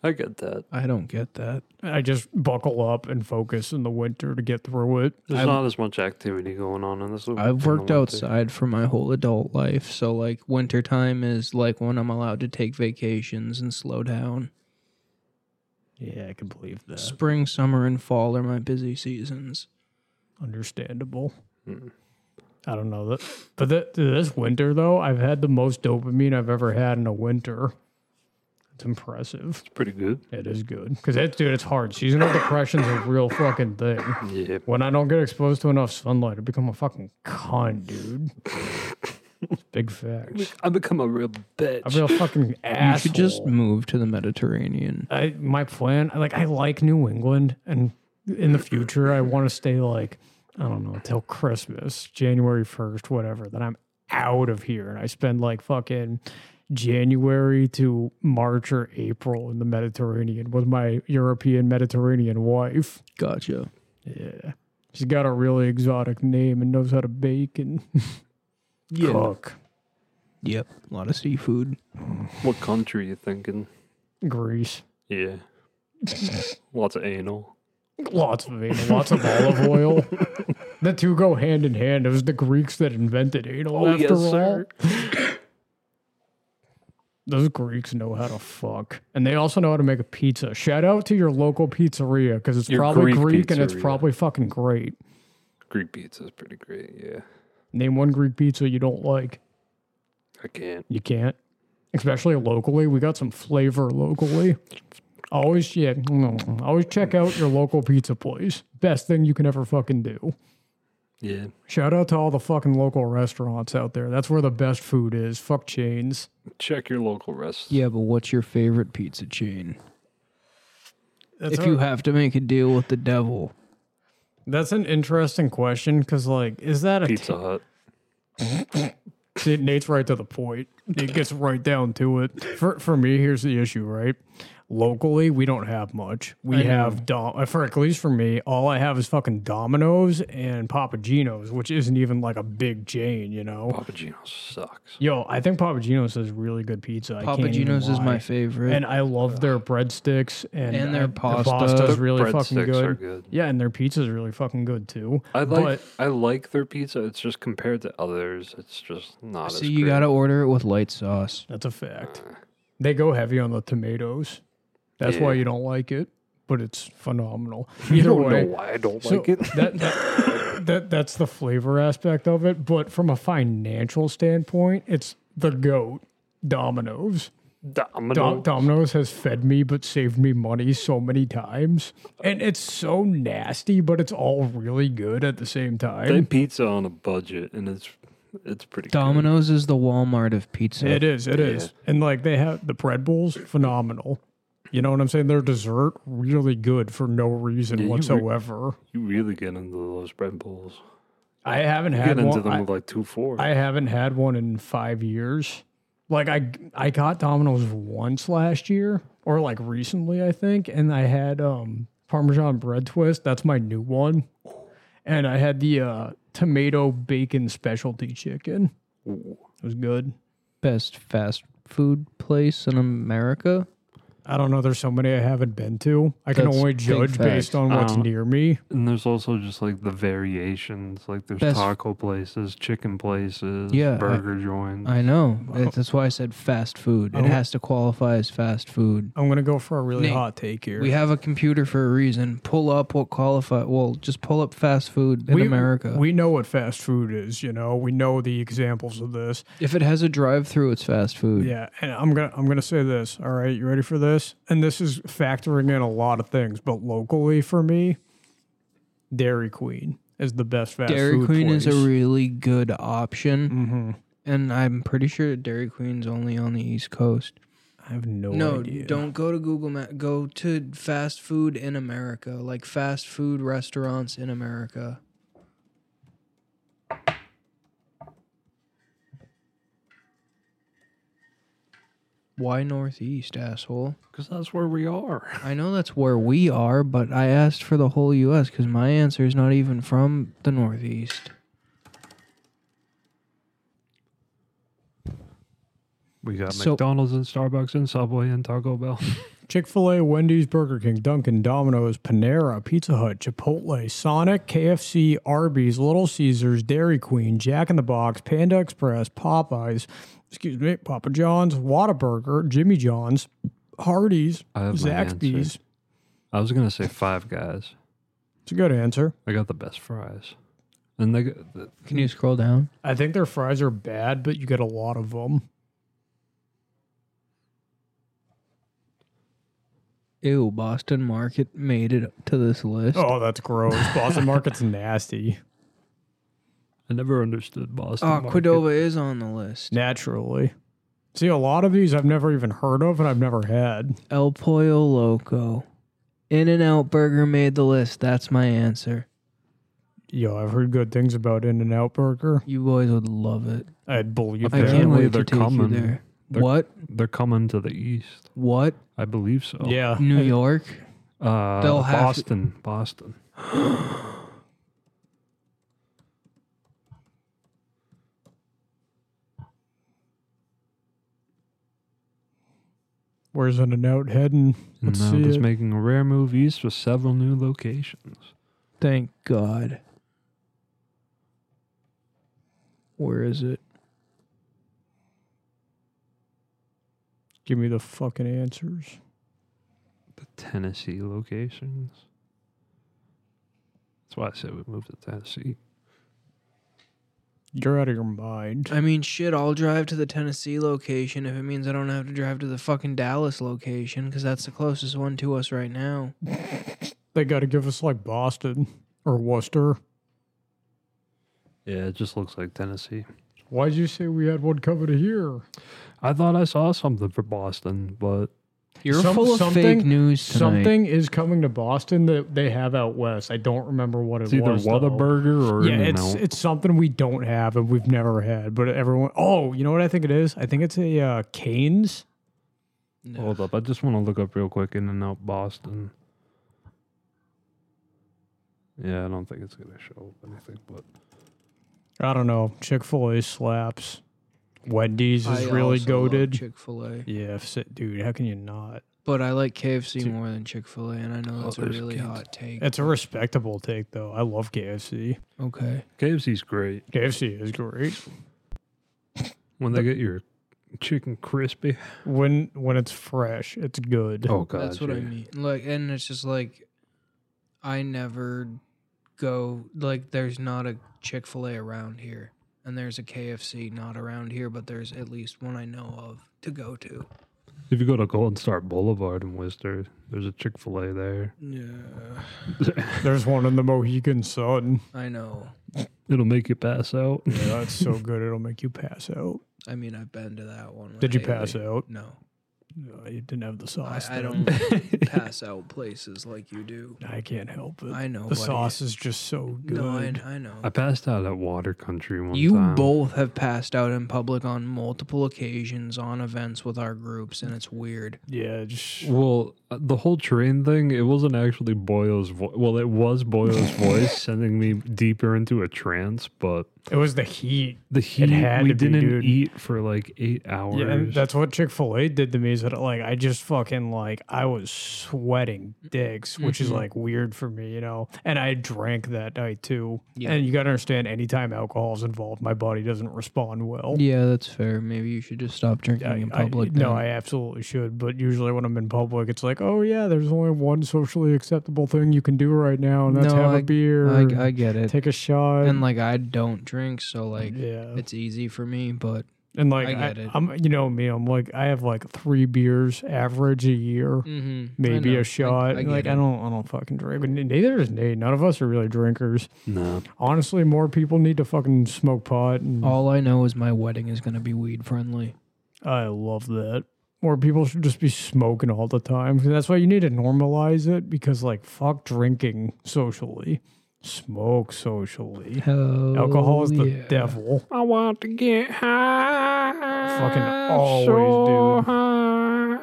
[SPEAKER 3] I get that.
[SPEAKER 2] I don't get that.
[SPEAKER 1] I just buckle up and focus in the winter to get through it.
[SPEAKER 3] There's not as much activity going on in this. little- in
[SPEAKER 2] I've
[SPEAKER 3] the
[SPEAKER 2] worked
[SPEAKER 3] winter.
[SPEAKER 2] outside for my whole adult life, so like wintertime is like when I'm allowed to take vacations and slow down.
[SPEAKER 1] Yeah, I can believe that.
[SPEAKER 2] Spring, summer, and fall are my busy seasons.
[SPEAKER 1] Understandable.
[SPEAKER 3] Mm,
[SPEAKER 1] I don't know that, but th- this winter though, I've had the most dopamine I've ever had in a winter. It's impressive.
[SPEAKER 3] It's pretty good.
[SPEAKER 1] It is good because it's dude, it's hard. Seasonal depression's a real fucking thing.
[SPEAKER 3] Yeah,
[SPEAKER 1] When I don't get exposed to enough sunlight, I become a fucking cunt, dude. It's big facts.
[SPEAKER 3] I become a real bitch.
[SPEAKER 1] A real fucking
[SPEAKER 2] You
[SPEAKER 1] asshole.
[SPEAKER 2] should just move to the Mediterranean.
[SPEAKER 1] I my plan I- like I like New England and in the future I want to stay like I don't know, till Christmas, January 1st, whatever, then I'm out of here. And I spend like fucking January to March or April in the Mediterranean with my European Mediterranean wife.
[SPEAKER 2] Gotcha.
[SPEAKER 1] Yeah. She's got a really exotic name and knows how to bake and cook.
[SPEAKER 2] Yep. A lot of seafood.
[SPEAKER 3] What country you thinking?
[SPEAKER 1] Grease.
[SPEAKER 3] Yeah. Lots of anal.
[SPEAKER 1] Lots of anal, lots of olive oil. The two go hand in hand. It was the Greeks that invented anal.
[SPEAKER 3] Oh,
[SPEAKER 1] after all. Those Greeks know how to fuck, and they also know how to make a pizza. Shout out to your local pizzeria because it's
[SPEAKER 3] Your
[SPEAKER 1] probably
[SPEAKER 3] Greek
[SPEAKER 1] Greek and it's
[SPEAKER 3] pizzeria.
[SPEAKER 1] probably fucking great.
[SPEAKER 3] Greek pizza's pretty great, yeah.
[SPEAKER 1] Name one Greek pizza you don't like.
[SPEAKER 3] I can't.
[SPEAKER 1] You can't, especially locally. We got some flavor locally. Always, yeah, mm, always check out your local pizza place. Best thing you can ever fucking do.
[SPEAKER 3] Yeah.
[SPEAKER 1] Shout out to all the fucking local restaurants out there. That's where the best food is. Fuck chains.
[SPEAKER 3] Check your local rest.
[SPEAKER 2] Yeah, but what's your favorite pizza chain?
[SPEAKER 1] That's
[SPEAKER 2] if
[SPEAKER 1] how-
[SPEAKER 2] you have to make a deal with the devil,
[SPEAKER 1] That's an interesting question because, like, is that a
[SPEAKER 3] Pizza Hut.
[SPEAKER 1] See, Nate's right to the point. It gets right down to it. For for me, here's the issue, right? Locally, we don't have much. We have dom- uh, for at least for me, all I have is fucking Domino's and Papa Gino's, which isn't even like a big chain, you know.
[SPEAKER 3] Papagino sucks.
[SPEAKER 1] Yo, I think Papa Gino's is really good pizza. I can't even
[SPEAKER 2] Papagino's is
[SPEAKER 1] lie.
[SPEAKER 2] my favorite.
[SPEAKER 1] and I love their breadsticks and,
[SPEAKER 2] And their
[SPEAKER 1] I-
[SPEAKER 2] pasta.
[SPEAKER 1] pasta's
[SPEAKER 3] Their
[SPEAKER 1] really fucking
[SPEAKER 3] breadsticks
[SPEAKER 1] good.
[SPEAKER 3] are good.
[SPEAKER 1] Yeah, and their pizza's really fucking good too.
[SPEAKER 3] I like
[SPEAKER 1] But-
[SPEAKER 3] I like their pizza. It's just compared to others, it's just not as
[SPEAKER 2] so you
[SPEAKER 3] great.
[SPEAKER 2] gotta order it with light sauce.
[SPEAKER 1] That's a fact.
[SPEAKER 3] Uh.
[SPEAKER 1] They go heavy on the tomatoes. That's why
[SPEAKER 3] Yeah.
[SPEAKER 1] you don't like it, but it's phenomenal.
[SPEAKER 3] You
[SPEAKER 1] Either
[SPEAKER 3] don't
[SPEAKER 1] way,
[SPEAKER 3] know why I don't
[SPEAKER 1] so
[SPEAKER 3] like it.
[SPEAKER 1] that, that, that that's the flavor aspect of it. But from a financial standpoint, it's the goat. Domino's.
[SPEAKER 3] Domino.
[SPEAKER 1] Dom- Domino's has fed me but saved me money so many times. And it's so nasty, but it's all really good at the same
[SPEAKER 3] They
[SPEAKER 1] time.
[SPEAKER 3] have pizza on a budget, and it's it's pretty. good.
[SPEAKER 2] Domino's is the Walmart of pizza.
[SPEAKER 1] It is, it is, And like they have the bread bowls, phenomenal. You know what I'm saying? Their dessert, really good for no reason
[SPEAKER 3] you re-
[SPEAKER 1] whatsoever.
[SPEAKER 3] You really get into those bread bowls.
[SPEAKER 1] I haven't
[SPEAKER 3] Get
[SPEAKER 1] had
[SPEAKER 3] into
[SPEAKER 1] one.
[SPEAKER 3] them
[SPEAKER 1] I,
[SPEAKER 3] with like two four.
[SPEAKER 1] I haven't had one in five years. Like I, I got Domino's once last year, or like recently, I think, and I had um Parmesan bread twist. That's my new one, and I had the uh, tomato bacon specialty chicken. It was good.
[SPEAKER 2] Best fast food place in America.
[SPEAKER 1] I don't know. There's so many I haven't been to. I can
[SPEAKER 2] That's
[SPEAKER 1] only
[SPEAKER 2] big
[SPEAKER 1] judge based
[SPEAKER 2] facts. Uh-huh.
[SPEAKER 1] on what's
[SPEAKER 3] Um,
[SPEAKER 1] near me.
[SPEAKER 3] and there's also just like the variations. Like there's
[SPEAKER 2] Best-
[SPEAKER 3] taco places, chicken places,
[SPEAKER 2] Yeah, I-
[SPEAKER 3] burger joints.
[SPEAKER 2] I know. It- That's why I said fast food. It
[SPEAKER 1] Oh.
[SPEAKER 2] has to qualify as fast food.
[SPEAKER 1] I'm gonna go for a really
[SPEAKER 2] Nate,
[SPEAKER 1] hot take here.
[SPEAKER 2] We have a computer for a reason. Pull up what qualify. Well, just pull up fast food in
[SPEAKER 1] we,
[SPEAKER 2] America.
[SPEAKER 1] We know what fast food is. You know, we know the examples of this.
[SPEAKER 2] if it has a drive-through, it's fast food.
[SPEAKER 1] Yeah, and I'm gonna I'm gonna say this. All right, you ready for this? And this is factoring in a lot of things, but locally for me, Dairy Queen is the best fast
[SPEAKER 2] Dairy
[SPEAKER 1] food
[SPEAKER 2] Queen
[SPEAKER 1] place.
[SPEAKER 2] is a really good option,
[SPEAKER 1] Mhm.
[SPEAKER 2] and I'm pretty sure Dairy Queen's only on the East Coast.
[SPEAKER 1] I have no,
[SPEAKER 2] No,
[SPEAKER 1] idea.
[SPEAKER 2] don't go to Google Map. Go to fast food in America, like fast food restaurants in America. Why Northeast, asshole?
[SPEAKER 3] Because that's where we are.
[SPEAKER 2] I know that's where we are, but I asked for the whole U.S. because my answer is not even from the Northeast.
[SPEAKER 3] We got
[SPEAKER 2] So-
[SPEAKER 3] McDonald's and Starbucks and Subway and Taco Bell.
[SPEAKER 1] Chick fil A, Wendy's, Burger King, Dunkin', Domino's, Panera, Pizza Hut, Chipotle, Sonic, KFC, Arby's, Little Caesars, Dairy Queen, Jack in the Box, Panda Express, Popeyes, excuse me, Papa John's, Whataburger, Jimmy John's, Hardee's,
[SPEAKER 3] I have my
[SPEAKER 1] Zaxby's.
[SPEAKER 3] answer. I was gonna say Five Guys.
[SPEAKER 1] It's a good answer.
[SPEAKER 3] I got the best fries, and they got the,
[SPEAKER 2] Can you scroll down?
[SPEAKER 1] I think their fries are bad, but you get a lot of them.
[SPEAKER 2] Ew, Boston Market made it to this list. Ah,
[SPEAKER 1] Oh, that's gross. Boston Market's nasty.
[SPEAKER 3] I never understood Boston.
[SPEAKER 2] Ah,
[SPEAKER 3] market.
[SPEAKER 2] Quidova is on the list.
[SPEAKER 1] Naturally. See, a lot of these I've never even heard of and I've never had.
[SPEAKER 2] El Pollo Loco. In and Out Burger made the list. That's my answer.
[SPEAKER 1] Yo, I've heard good things about In and Out Burger.
[SPEAKER 2] You boys would love it.
[SPEAKER 1] I'd believe
[SPEAKER 2] I can't
[SPEAKER 1] that.
[SPEAKER 3] Apparently
[SPEAKER 2] wait to
[SPEAKER 3] they're
[SPEAKER 2] take you
[SPEAKER 3] coming.
[SPEAKER 2] there.
[SPEAKER 3] They're-
[SPEAKER 2] what?
[SPEAKER 3] They're coming to the east.
[SPEAKER 2] What?
[SPEAKER 3] I believe so.
[SPEAKER 1] Yeah.
[SPEAKER 2] New York?
[SPEAKER 3] Uh,
[SPEAKER 2] They'll have to-
[SPEAKER 3] Boston. Boston.
[SPEAKER 1] Where's In and Out heading?
[SPEAKER 3] And
[SPEAKER 1] Let's
[SPEAKER 3] now
[SPEAKER 1] see
[SPEAKER 3] it's
[SPEAKER 1] it.
[SPEAKER 3] making a rare move east with several new locations.
[SPEAKER 2] Thank God. Where is it?
[SPEAKER 1] Give me the fucking answers.
[SPEAKER 3] The Tennessee locations. That's why I said we moved to Tennessee.
[SPEAKER 1] You're out of your mind.
[SPEAKER 2] I mean, shit, I'll drive to the Tennessee location if it means I don't have to drive to the fucking Dallas location because that's the closest one to us right now.
[SPEAKER 1] They got to give us like Boston or Worcester.
[SPEAKER 3] Yeah, it just looks like Tennessee.
[SPEAKER 1] Why'd you say we had one coming here?
[SPEAKER 3] I thought I saw something for Boston, but
[SPEAKER 2] You're
[SPEAKER 1] Some-
[SPEAKER 2] full of fake
[SPEAKER 1] something-
[SPEAKER 2] news tonight.
[SPEAKER 1] Something is coming to Boston that they have out west. I don't remember what it
[SPEAKER 3] it's either
[SPEAKER 1] was. though.
[SPEAKER 3] Whataburger or
[SPEAKER 1] Yeah,
[SPEAKER 3] In-N-Out.
[SPEAKER 1] it's it's something we don't have and we've never had. But everyone, oh, you know what I think it is? I think it's a uh, Canes.
[SPEAKER 2] No.
[SPEAKER 3] Hold up, I just want to look up real quick In and Out Boston. Yeah, I don't think it's gonna show up anything, but
[SPEAKER 1] I don't know. Chick Fil A slaps. Wendy's is really goaded.
[SPEAKER 2] Chick fil A.
[SPEAKER 1] yeah, if si- dude, how can you not?
[SPEAKER 2] But I like KFC
[SPEAKER 1] Dude.
[SPEAKER 2] more than Chick fil A, and I know
[SPEAKER 3] Oh,
[SPEAKER 2] that's a
[SPEAKER 3] there's
[SPEAKER 2] really
[SPEAKER 3] kids.
[SPEAKER 2] hot take.
[SPEAKER 1] It's a respectable take though. I love KFC.
[SPEAKER 2] okay.
[SPEAKER 3] KFC's great
[SPEAKER 1] KFC is great.
[SPEAKER 3] when they get your chicken crispy.
[SPEAKER 1] When when it's fresh, it's good.
[SPEAKER 3] Oh god,
[SPEAKER 2] That's what I
[SPEAKER 3] yeah.
[SPEAKER 2] mean. Like, and it's just like, I never go like. There's not a Chick Fil A around here, and there's a KFC not around here, but there's at least one I know of to go to.
[SPEAKER 3] If you go to Golden Star Boulevard in Worcester, there's a Chick Fil A there.
[SPEAKER 2] Yeah,
[SPEAKER 1] There's one in the Mohegan Sun.
[SPEAKER 2] I know.
[SPEAKER 3] It'll make you pass out.
[SPEAKER 1] Yeah, that's so good it'll make you pass out.
[SPEAKER 2] I mean, I've been to that one. with
[SPEAKER 1] Did you pass
[SPEAKER 2] Haley.
[SPEAKER 1] out?
[SPEAKER 2] No,
[SPEAKER 1] No, you didn't have the
[SPEAKER 2] I,
[SPEAKER 1] sauce.
[SPEAKER 2] I
[SPEAKER 1] then.
[SPEAKER 2] don't pass out places like you do.
[SPEAKER 1] I can't help it.
[SPEAKER 2] I know.
[SPEAKER 1] the
[SPEAKER 2] Oh, buddy.
[SPEAKER 1] sauce is just so good.
[SPEAKER 2] No, I, I know.
[SPEAKER 3] I passed out at Water Country one
[SPEAKER 2] You
[SPEAKER 3] time.
[SPEAKER 2] both have passed out in public on multiple occasions on events with our groups, and it's weird.
[SPEAKER 1] yeah, just
[SPEAKER 3] Well, uh, the whole train thing, it wasn't actually Boyo's voice. Well, it was Boyo's voice sending me deeper into a trance, but
[SPEAKER 1] it was the heat.
[SPEAKER 3] the heat,
[SPEAKER 1] had
[SPEAKER 3] we
[SPEAKER 1] to be,
[SPEAKER 3] didn't
[SPEAKER 1] dude.
[SPEAKER 3] eat for like eight hours.
[SPEAKER 1] Yeah, and that's what Chick Fil A did to me. Is that like I just fucking like I was sweating dicks, which is
[SPEAKER 2] Mhm.
[SPEAKER 1] like weird for me, you know. And I drank that night too.
[SPEAKER 2] Yeah.
[SPEAKER 1] And you gotta understand, anytime alcohol is involved, my body doesn't respond well.
[SPEAKER 2] Yeah, that's fair. Maybe you should just stop drinking
[SPEAKER 1] I,
[SPEAKER 2] in
[SPEAKER 1] I-
[SPEAKER 2] public.
[SPEAKER 1] no, I absolutely should. But usually when I'm in public, it's like, oh yeah, there's only one socially acceptable thing you can do right now, and that's
[SPEAKER 2] No,
[SPEAKER 1] have a
[SPEAKER 2] I-
[SPEAKER 1] beer, and
[SPEAKER 2] I, I get it.
[SPEAKER 1] take a shot,
[SPEAKER 2] and like, I don't drink, so like,
[SPEAKER 1] yeah,
[SPEAKER 2] it's easy for me. But
[SPEAKER 1] and like
[SPEAKER 2] I
[SPEAKER 1] I
[SPEAKER 2] get it.
[SPEAKER 1] am you know me, I'm like I have like three beers average a year.
[SPEAKER 2] mhm, I
[SPEAKER 1] Maybe
[SPEAKER 2] know. I-
[SPEAKER 1] a shot.
[SPEAKER 2] I, get
[SPEAKER 1] like
[SPEAKER 2] it.
[SPEAKER 1] I don't, I don't fucking drink. And Neither is Nate. None of us are really drinkers.
[SPEAKER 3] no.
[SPEAKER 1] Honestly, more people need to fucking smoke pot. And
[SPEAKER 2] All I know is my wedding is gonna be weed friendly.
[SPEAKER 1] I love that. More people should just be smoking all the time. 'Cause That's why you need to normalize it because, like, fuck drinking socially. Smoke socially.
[SPEAKER 2] Hell
[SPEAKER 1] Alcohol is the
[SPEAKER 2] yeah.
[SPEAKER 1] devil.
[SPEAKER 3] I want to get high.
[SPEAKER 1] Fucking always, so dude.
[SPEAKER 3] High.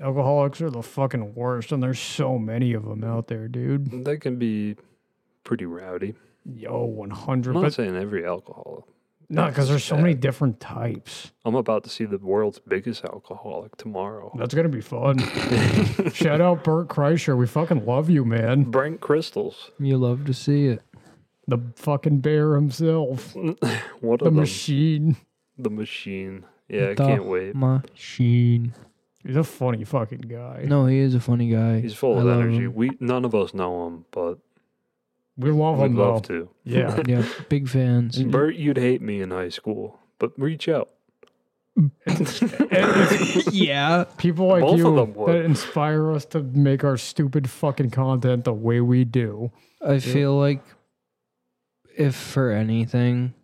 [SPEAKER 1] Alcoholics are the fucking worst, and there's so many of them out there, dude.
[SPEAKER 3] They can be pretty rowdy.
[SPEAKER 1] Yo,
[SPEAKER 3] I'm
[SPEAKER 1] 100.
[SPEAKER 3] not
[SPEAKER 1] But
[SPEAKER 3] saying every alcohol.
[SPEAKER 1] no, because there's so many different types.
[SPEAKER 3] I'm about to see the world's biggest alcoholic tomorrow.
[SPEAKER 1] That's gonna be fun. Shout out Bert Kreischer. We fucking love you, man.
[SPEAKER 3] Brent Crystals.
[SPEAKER 2] You love to see it.
[SPEAKER 1] The fucking bear himself.
[SPEAKER 3] What
[SPEAKER 1] The
[SPEAKER 3] of them?
[SPEAKER 1] machine.
[SPEAKER 3] The machine. Yeah, I
[SPEAKER 2] The
[SPEAKER 3] can't wait.
[SPEAKER 2] Machine.
[SPEAKER 1] He's a funny fucking guy.
[SPEAKER 2] No, he is a funny guy.
[SPEAKER 3] He's full
[SPEAKER 2] I
[SPEAKER 3] of
[SPEAKER 2] love
[SPEAKER 3] energy.
[SPEAKER 2] him.
[SPEAKER 3] We none of us know him, but
[SPEAKER 1] We love
[SPEAKER 3] we'd
[SPEAKER 1] him though.
[SPEAKER 3] love to.
[SPEAKER 1] Yeah.
[SPEAKER 2] yeah, big fans.
[SPEAKER 3] And Bert, you'd hate me in high school, but reach out.
[SPEAKER 2] yeah.
[SPEAKER 1] People like
[SPEAKER 3] Both of
[SPEAKER 1] you
[SPEAKER 3] them would.
[SPEAKER 1] that inspire us to make our stupid fucking content the way we do.
[SPEAKER 2] I feel like if for anything,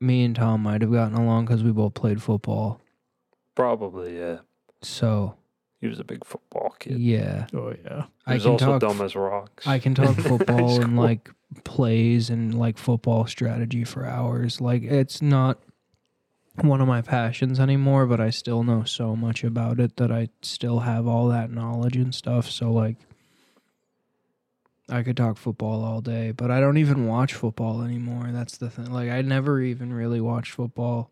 [SPEAKER 2] me and Tom might have gotten along because we both played football.
[SPEAKER 3] Probably, yeah.
[SPEAKER 2] So
[SPEAKER 3] He was a big football kid.
[SPEAKER 2] Yeah,
[SPEAKER 1] Oh yeah.
[SPEAKER 3] He
[SPEAKER 2] I
[SPEAKER 3] was
[SPEAKER 2] can
[SPEAKER 3] also
[SPEAKER 2] talk
[SPEAKER 3] dumb as rocks.
[SPEAKER 2] I can talk
[SPEAKER 3] in
[SPEAKER 2] football and
[SPEAKER 3] school.
[SPEAKER 2] like plays and like football strategy for hours. Like it's not one of my passions anymore, but I still know so much about it that I still have all that knowledge and stuff. So like I could talk football all day, but I don't even watch football anymore. That's the thing. Like I never even really watched football.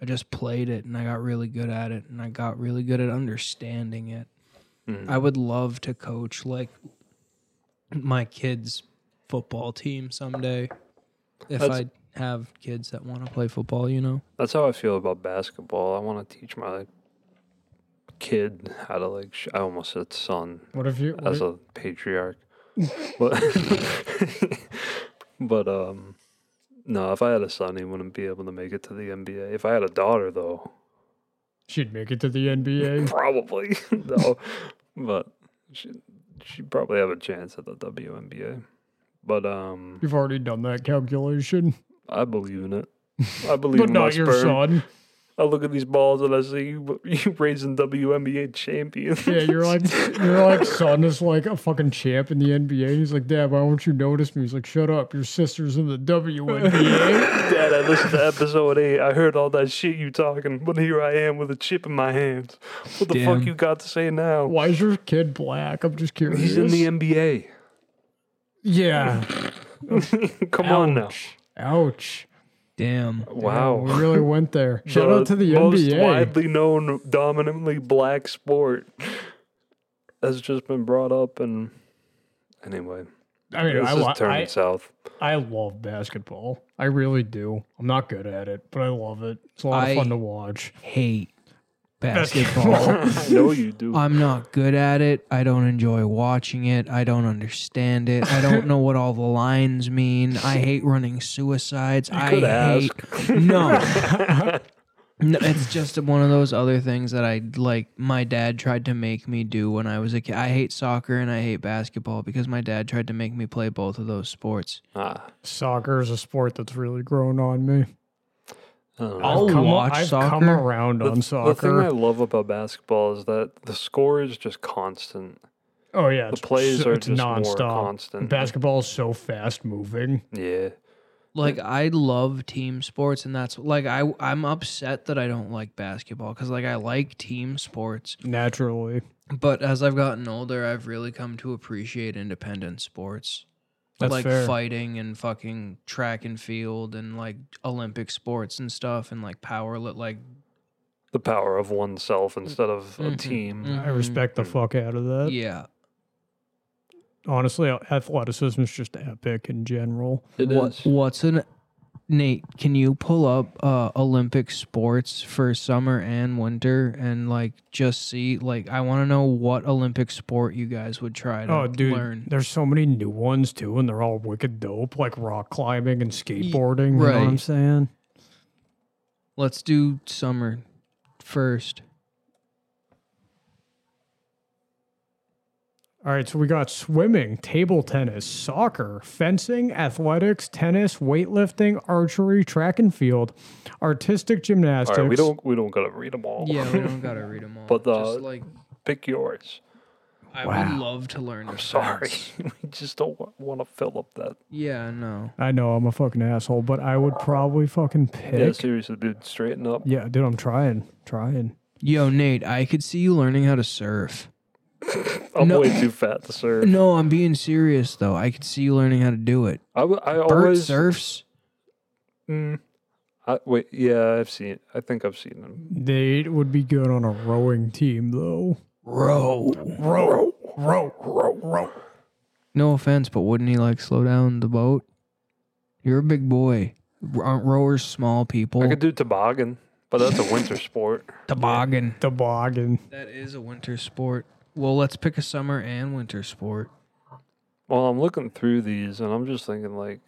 [SPEAKER 2] I just played it and I got really good at it and I got really good at understanding it.
[SPEAKER 3] Mhm.
[SPEAKER 2] I would love to coach like my kids' football team someday. If
[SPEAKER 3] That's-
[SPEAKER 2] I have kids that want to play football, you know.
[SPEAKER 3] That's how I feel about basketball. I want to teach my kid how to like. Sh- I almost said son
[SPEAKER 1] What if you? What
[SPEAKER 3] as
[SPEAKER 1] if,
[SPEAKER 3] a patriarch, but but um, no. If I had a son, he wouldn't be able to make it to the NBA. If I had a daughter, though,
[SPEAKER 1] she'd make it to the NBA.
[SPEAKER 3] probably no. But she she probably have a chance at the WNBA. But um,
[SPEAKER 1] You've already done that calculation,
[SPEAKER 3] I believe in it. I believe
[SPEAKER 1] but
[SPEAKER 3] in my
[SPEAKER 1] not your
[SPEAKER 3] sperm.
[SPEAKER 1] son.
[SPEAKER 3] I look at these balls and I say, "You, you raising WNBA champions."
[SPEAKER 1] Yeah, you're like you're like son is like a fucking champ in the NBA. He's like, Dad, why won't you notice me? He's like, Shut up, your sister's in the WNBA.
[SPEAKER 3] Dad, I listened to episode eight. I heard all that shit you talking, but here I am with a chip in my hands. What the
[SPEAKER 2] Damn.
[SPEAKER 3] fuck you got to say now?
[SPEAKER 1] why is your kid black? I'm just curious.
[SPEAKER 3] He's in the NBA.
[SPEAKER 1] yeah.
[SPEAKER 3] Come on now.
[SPEAKER 1] Ouch. Ouch.
[SPEAKER 2] Damn.
[SPEAKER 3] Wow.
[SPEAKER 1] we really went there. Shout out to the
[SPEAKER 3] most
[SPEAKER 1] NBA.
[SPEAKER 3] widely known, dominantly black sport has just been brought up. And anyway,
[SPEAKER 1] I mean,
[SPEAKER 3] this
[SPEAKER 1] I,
[SPEAKER 3] is
[SPEAKER 1] lo-
[SPEAKER 3] turning
[SPEAKER 1] I,
[SPEAKER 3] south.
[SPEAKER 1] I love basketball. I really do. I'm not good at it, but I love it. It's a lot
[SPEAKER 2] I-
[SPEAKER 1] of fun to watch.
[SPEAKER 2] Hate basketball.
[SPEAKER 3] I know you do.
[SPEAKER 2] I'm not good at it. I don't enjoy watching it. I don't understand it. I don't know what all the lines mean. I hate running suicides. I
[SPEAKER 3] could
[SPEAKER 2] hate
[SPEAKER 3] ask.
[SPEAKER 2] No. No, it's just one of those other things that I like. My dad tried to make me do when I was a kid. I hate soccer and I hate basketball because my dad tried to make me play both of those sports.
[SPEAKER 3] Ah,
[SPEAKER 1] Soccer is a sport that's really grown on me.
[SPEAKER 3] I don't know.
[SPEAKER 2] I'll
[SPEAKER 1] I've come,
[SPEAKER 2] watch
[SPEAKER 1] I've come
[SPEAKER 2] soccer.
[SPEAKER 1] around
[SPEAKER 3] The-
[SPEAKER 1] on
[SPEAKER 3] The thing
[SPEAKER 1] soccer.
[SPEAKER 3] I love about basketball is that the score is just constant.
[SPEAKER 1] oh yeah,
[SPEAKER 3] The plays
[SPEAKER 1] so-
[SPEAKER 3] are
[SPEAKER 1] it's
[SPEAKER 3] just
[SPEAKER 1] nonstop.
[SPEAKER 3] more constant.
[SPEAKER 1] Basketball is so fast moving.
[SPEAKER 3] yeah.
[SPEAKER 2] Like I love team sports, and that's like I I'm upset that I don't like basketball because like I like team sports,
[SPEAKER 1] Naturally,
[SPEAKER 2] but as I've gotten older, I've really come to appreciate independent sports.
[SPEAKER 1] That's
[SPEAKER 2] like
[SPEAKER 1] fair.
[SPEAKER 2] fighting and fucking track and field and like Olympic sports and stuff and like power lit like
[SPEAKER 3] The power of oneself instead of a
[SPEAKER 2] Mhm.
[SPEAKER 3] team.
[SPEAKER 2] Mm.
[SPEAKER 1] I respect the fuck out of that.
[SPEAKER 2] yeah
[SPEAKER 1] Honestly, uh, athleticism is just epic in general.
[SPEAKER 3] It
[SPEAKER 2] What-
[SPEAKER 3] is.
[SPEAKER 2] What's an Nate? Can you pull up uh, Olympic sports for summer and winter and like just see like I want to know what Olympic sport you guys would try to
[SPEAKER 1] Oh, dude,
[SPEAKER 2] learn.
[SPEAKER 1] there's so many new ones too, and they're all wicked dope, like rock climbing and skateboarding. You know what I'm
[SPEAKER 2] right.
[SPEAKER 1] saying?
[SPEAKER 2] Let's do summer first.
[SPEAKER 1] All right, so we got swimming, table tennis, soccer, fencing, athletics, tennis, weightlifting, archery, track and field, artistic
[SPEAKER 3] All
[SPEAKER 1] gymnastics.
[SPEAKER 3] right, we don't we don't gotta read them
[SPEAKER 1] Oh.
[SPEAKER 3] all.
[SPEAKER 2] Yeah, we don't gotta read them all.
[SPEAKER 3] But, uh,
[SPEAKER 2] just like
[SPEAKER 3] Pick yours.
[SPEAKER 2] I
[SPEAKER 1] Wow.
[SPEAKER 2] would love to learn.
[SPEAKER 3] I'm
[SPEAKER 2] the
[SPEAKER 3] sorry,
[SPEAKER 2] facts.
[SPEAKER 3] we just don't want to fill up that.
[SPEAKER 2] Yeah, no.
[SPEAKER 1] I know I'm a fucking asshole, but I would probably fucking pick.
[SPEAKER 3] Yeah, seriously, dude, straighten up.
[SPEAKER 1] Yeah, dude, I'm trying, trying.
[SPEAKER 2] Yo, Nate, I could see you learning how to surf.
[SPEAKER 3] I'm
[SPEAKER 2] No.
[SPEAKER 3] way too fat to serve.
[SPEAKER 2] No, I'm being serious though. I could see you learning how to do it.
[SPEAKER 3] I, w- I
[SPEAKER 2] Bert
[SPEAKER 3] always
[SPEAKER 2] surfs.
[SPEAKER 3] Mm, I, wait. Yeah, I've seen. I think I've seen him.
[SPEAKER 1] Nate would be good on a rowing team, though.
[SPEAKER 2] Row.
[SPEAKER 1] Row, row, row, row.
[SPEAKER 2] No offense, but wouldn't he like slow down the boat? You're a big boy. R- Aren't rowers small people?
[SPEAKER 3] I could do toboggan, but that's a winter sport.
[SPEAKER 2] Toboggan.
[SPEAKER 1] Toboggan.
[SPEAKER 2] That is a winter sport. Well, let's pick a summer and winter sport.
[SPEAKER 3] Well, I'm looking through these and I'm just thinking like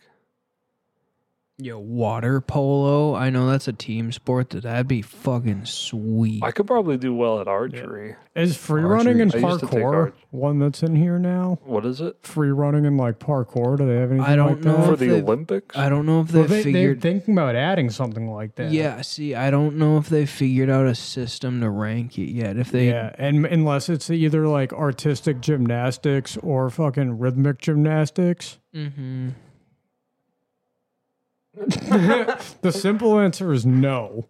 [SPEAKER 2] Yo, water polo. I know that's a team sport. That that'd be fucking sweet.
[SPEAKER 3] I could probably do well at archery.
[SPEAKER 1] Is free
[SPEAKER 2] Archery.
[SPEAKER 1] running and
[SPEAKER 3] I used to take
[SPEAKER 1] parkour
[SPEAKER 3] arch-
[SPEAKER 1] one that's in here now?
[SPEAKER 3] What is it?
[SPEAKER 1] Free running and like parkour, do they have anything?
[SPEAKER 2] I don't
[SPEAKER 1] like that?
[SPEAKER 2] know
[SPEAKER 3] For
[SPEAKER 2] if
[SPEAKER 3] the
[SPEAKER 2] they've-
[SPEAKER 3] Olympics?
[SPEAKER 2] I don't know if they
[SPEAKER 1] Well, they, they're
[SPEAKER 2] figured.
[SPEAKER 1] thinking about adding something like that.
[SPEAKER 2] yeah, see, I don't know if they figured out a system to rank it yet. If they
[SPEAKER 1] yeah, and unless it's either like artistic gymnastics or fucking rhythmic gymnastics.
[SPEAKER 2] Mhm.
[SPEAKER 1] the simple answer is no.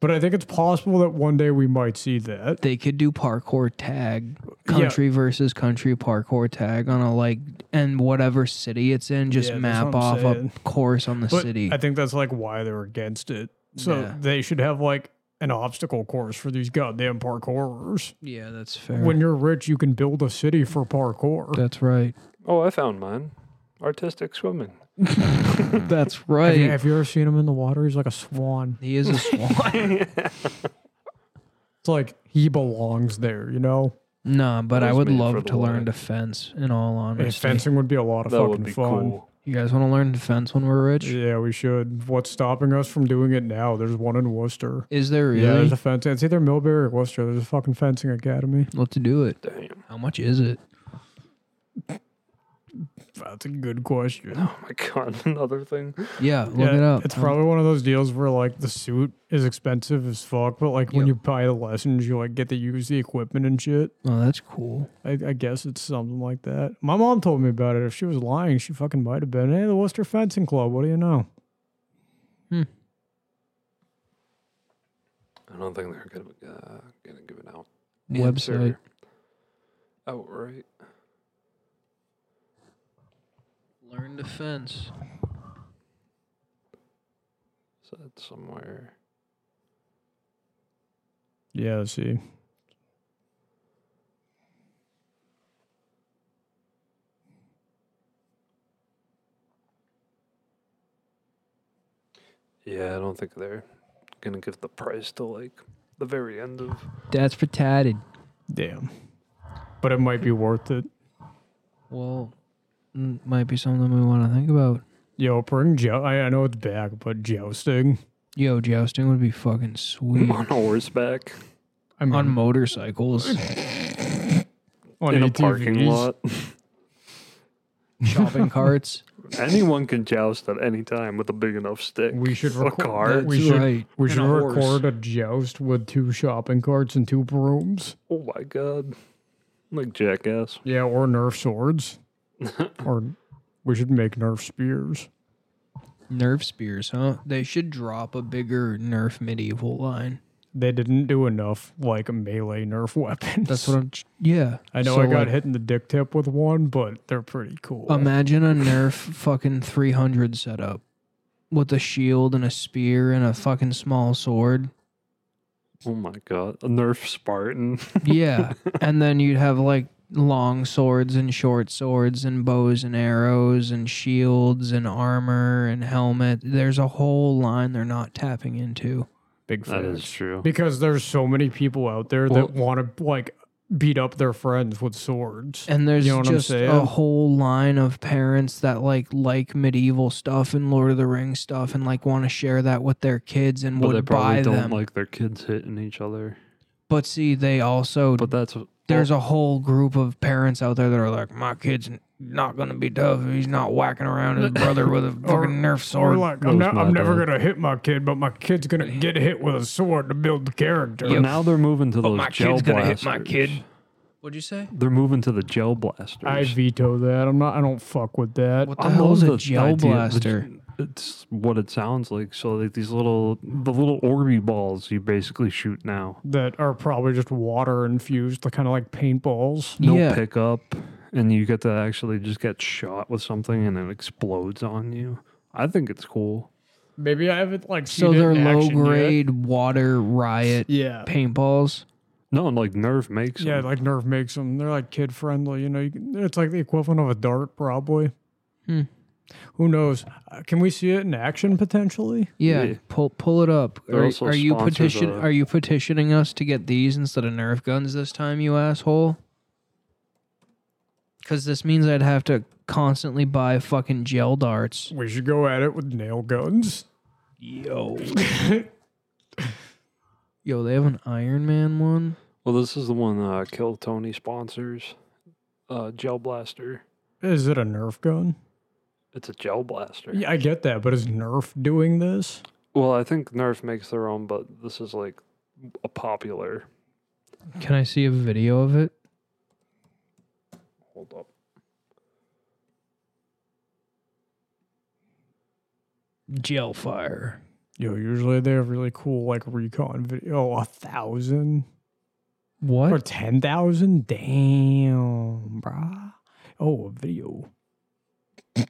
[SPEAKER 1] But I think it's possible that one day we might see that.
[SPEAKER 2] they could do parkour tag
[SPEAKER 1] Yeah.
[SPEAKER 2] country versus country parkour tag on a like and whatever city it's in just
[SPEAKER 1] Yeah, that's
[SPEAKER 2] map
[SPEAKER 1] what I'm
[SPEAKER 2] off
[SPEAKER 1] saying.
[SPEAKER 2] a course on the
[SPEAKER 1] But
[SPEAKER 2] city
[SPEAKER 1] I think that's like why they're against it. So
[SPEAKER 2] Yeah.
[SPEAKER 1] they should have like an obstacle course for these goddamn parkourers.
[SPEAKER 2] yeah that's fair
[SPEAKER 1] When you're rich, you can build a city for parkour.
[SPEAKER 2] that's right
[SPEAKER 3] Oh, I found mine. Artistic swimming.
[SPEAKER 2] that's
[SPEAKER 1] Have you,
[SPEAKER 2] right
[SPEAKER 1] have you ever seen him in the water? He's like a swan.
[SPEAKER 2] he is a swan
[SPEAKER 1] It's like he belongs there, you know?
[SPEAKER 2] nah but
[SPEAKER 3] That
[SPEAKER 2] i
[SPEAKER 3] was
[SPEAKER 2] would
[SPEAKER 3] made for
[SPEAKER 2] love
[SPEAKER 3] the
[SPEAKER 2] to learn
[SPEAKER 3] line.
[SPEAKER 2] defense in all
[SPEAKER 1] Hey,
[SPEAKER 2] honesty
[SPEAKER 1] fencing would be a lot of
[SPEAKER 3] That would
[SPEAKER 1] fucking
[SPEAKER 3] be
[SPEAKER 1] fun.
[SPEAKER 3] cool.
[SPEAKER 2] you guys want to learn defense when we're rich
[SPEAKER 1] Yeah, we should. What's stopping us from doing it now? There's one in Worcester.
[SPEAKER 2] is there
[SPEAKER 1] Yeah,
[SPEAKER 2] really
[SPEAKER 1] there's a fence. It's either Millbury or Worcester. There's a fucking fencing academy.
[SPEAKER 2] let's do it
[SPEAKER 3] Damn.
[SPEAKER 2] how much is it
[SPEAKER 1] That's a good question.
[SPEAKER 3] Oh my god, another thing.
[SPEAKER 2] yeah look it up
[SPEAKER 1] It's
[SPEAKER 2] Um,
[SPEAKER 1] probably one of those deals where like the suit is expensive as fuck, but like when you
[SPEAKER 2] Yep.
[SPEAKER 1] buy the lessons, you like get to use the equipment and shit.
[SPEAKER 2] oh that's cool
[SPEAKER 1] I, I guess it's something like that. My mom told me about it. If she was lying, she fucking might have been. Hey, the Worcester Fencing Club. What do you know?
[SPEAKER 3] I don't think they're gonna uh, gonna give it out.
[SPEAKER 2] website
[SPEAKER 3] Sure. Outright.
[SPEAKER 2] learn defense
[SPEAKER 3] Is that somewhere?
[SPEAKER 1] Yeah. See,
[SPEAKER 3] Yeah, I don't think they're gonna give the price to like the very end of
[SPEAKER 2] that's for tatted
[SPEAKER 1] damn. But it might be worth it.
[SPEAKER 2] Well, mm, might be something we want to think about.
[SPEAKER 1] Yo, bring jo- I, I know it's back, but jousting.
[SPEAKER 2] Yo, jousting would be fucking sweet
[SPEAKER 3] on a horseback
[SPEAKER 1] I mean,
[SPEAKER 2] on motorcycles,
[SPEAKER 1] on
[SPEAKER 3] in a parking
[SPEAKER 1] ATVs.
[SPEAKER 3] lot.
[SPEAKER 2] shopping carts.
[SPEAKER 3] Anyone can joust at any time with a big enough stick.
[SPEAKER 1] We should
[SPEAKER 3] a
[SPEAKER 1] record-
[SPEAKER 3] car.
[SPEAKER 1] We
[SPEAKER 2] That's
[SPEAKER 1] should-
[SPEAKER 2] right.
[SPEAKER 1] We
[SPEAKER 2] And
[SPEAKER 1] should
[SPEAKER 2] a horse.
[SPEAKER 1] record a joust with two shopping carts and two brooms.
[SPEAKER 3] Oh my god, like jackass. Oh
[SPEAKER 1] Yeah, or Nerf swords. or we should make Nerf spears.
[SPEAKER 2] Nerf spears, huh? They should drop a bigger Nerf medieval line.
[SPEAKER 1] They didn't do enough like melee Nerf weapons.
[SPEAKER 2] That's what I'm. ch- Yeah,
[SPEAKER 1] I know.
[SPEAKER 2] So,
[SPEAKER 1] I got
[SPEAKER 2] like,
[SPEAKER 1] hit in the dick tip with one, but they're pretty cool.
[SPEAKER 2] Imagine a Nerf fucking 300 setup with a shield and a spear and a fucking small sword.
[SPEAKER 3] Oh my god, a Nerf Spartan.
[SPEAKER 2] Yeah, and then you'd have like long swords and short swords and bows and arrows and shields and armor and helmet. There's a whole line they're not tapping into.
[SPEAKER 1] Big
[SPEAKER 3] that is
[SPEAKER 1] fans.
[SPEAKER 3] true.
[SPEAKER 1] Because there's so many people out there
[SPEAKER 2] Well-
[SPEAKER 1] that want to like beat up their friends with swords.
[SPEAKER 2] And there's
[SPEAKER 1] You know what I'm
[SPEAKER 2] just a
[SPEAKER 1] saying?
[SPEAKER 2] whole line of parents that like like medieval stuff and Lord of the Rings stuff and like want to share that with their kids and
[SPEAKER 3] But they
[SPEAKER 2] would buy
[SPEAKER 3] probably don't
[SPEAKER 2] them.
[SPEAKER 3] like their kids hitting each other.
[SPEAKER 2] but see, they also
[SPEAKER 3] But that's a- oh,
[SPEAKER 2] there's a whole group of parents out there that are like, my kid's not gonna be tough. He's not whacking around his brother with a fucking Nerf
[SPEAKER 1] Or
[SPEAKER 2] sword.
[SPEAKER 1] like, I'm,
[SPEAKER 3] That was
[SPEAKER 1] not, I'm
[SPEAKER 3] my
[SPEAKER 1] never
[SPEAKER 3] bad.
[SPEAKER 1] gonna hit my kid, but my kid's gonna get hit with a sword to build the character.
[SPEAKER 3] But now they're moving to those
[SPEAKER 2] my
[SPEAKER 3] gel
[SPEAKER 2] kid's gonna hit
[SPEAKER 3] blasters.
[SPEAKER 2] my kid. What'd you say?
[SPEAKER 3] They're moving to the gel blasters.
[SPEAKER 1] I veto that. I'm not. I don't fuck with that.
[SPEAKER 2] What the
[SPEAKER 3] I
[SPEAKER 2] hell
[SPEAKER 3] love
[SPEAKER 2] is a
[SPEAKER 3] the idea
[SPEAKER 2] gel
[SPEAKER 3] of the-
[SPEAKER 2] blaster?
[SPEAKER 3] It's what it sounds like. So like these little, the little Orby balls you basically shoot now.
[SPEAKER 1] That are probably just water infused, kind of like paintballs.
[SPEAKER 3] No
[SPEAKER 2] Yeah.
[SPEAKER 3] pickup, and you get to actually just get shot with something and it explodes on you. I think it's cool.
[SPEAKER 1] Maybe I haven't like.
[SPEAKER 2] So
[SPEAKER 1] seen it
[SPEAKER 2] they're
[SPEAKER 1] in
[SPEAKER 2] low
[SPEAKER 1] action yet.
[SPEAKER 2] grade water riot
[SPEAKER 1] Yeah.
[SPEAKER 2] paintballs.
[SPEAKER 3] No, and like Nerf makes.
[SPEAKER 1] Yeah,
[SPEAKER 3] Yeah,
[SPEAKER 1] like Nerf makes them. They're like kid friendly. You know, you can, it's like the equivalent of a dart, probably.
[SPEAKER 2] Hmm.
[SPEAKER 1] Who knows? Uh, can we see it in action potentially?
[SPEAKER 2] Yeah,
[SPEAKER 3] Yeah.
[SPEAKER 2] pull pull it up.
[SPEAKER 3] They're
[SPEAKER 2] Are,
[SPEAKER 3] also
[SPEAKER 2] are you
[SPEAKER 3] sponsors
[SPEAKER 2] petition?
[SPEAKER 3] of-
[SPEAKER 2] Are you petitioning us to get these instead of Nerf guns this time, you asshole? Because this means I'd have to constantly buy fucking gel darts.
[SPEAKER 1] We should go at it with nail guns.
[SPEAKER 2] Yo. Yo, they have an Iron Man one.
[SPEAKER 3] Well, this is the one uh, Kill Tony sponsors. Uh, gel blaster.
[SPEAKER 1] Is it a Nerf gun?
[SPEAKER 3] It's a gel blaster.
[SPEAKER 1] Yeah, I get that, but is Nerf doing this?
[SPEAKER 3] Well, I think Nerf makes their own, but this is like a popular.
[SPEAKER 2] Can I see a video of it?
[SPEAKER 3] Hold up.
[SPEAKER 2] Gel fire.
[SPEAKER 1] Yo, usually they have really cool like recon video. Oh, a thousand or
[SPEAKER 2] What?
[SPEAKER 1] ten thousand? Damn, brah. Oh, a video.
[SPEAKER 3] I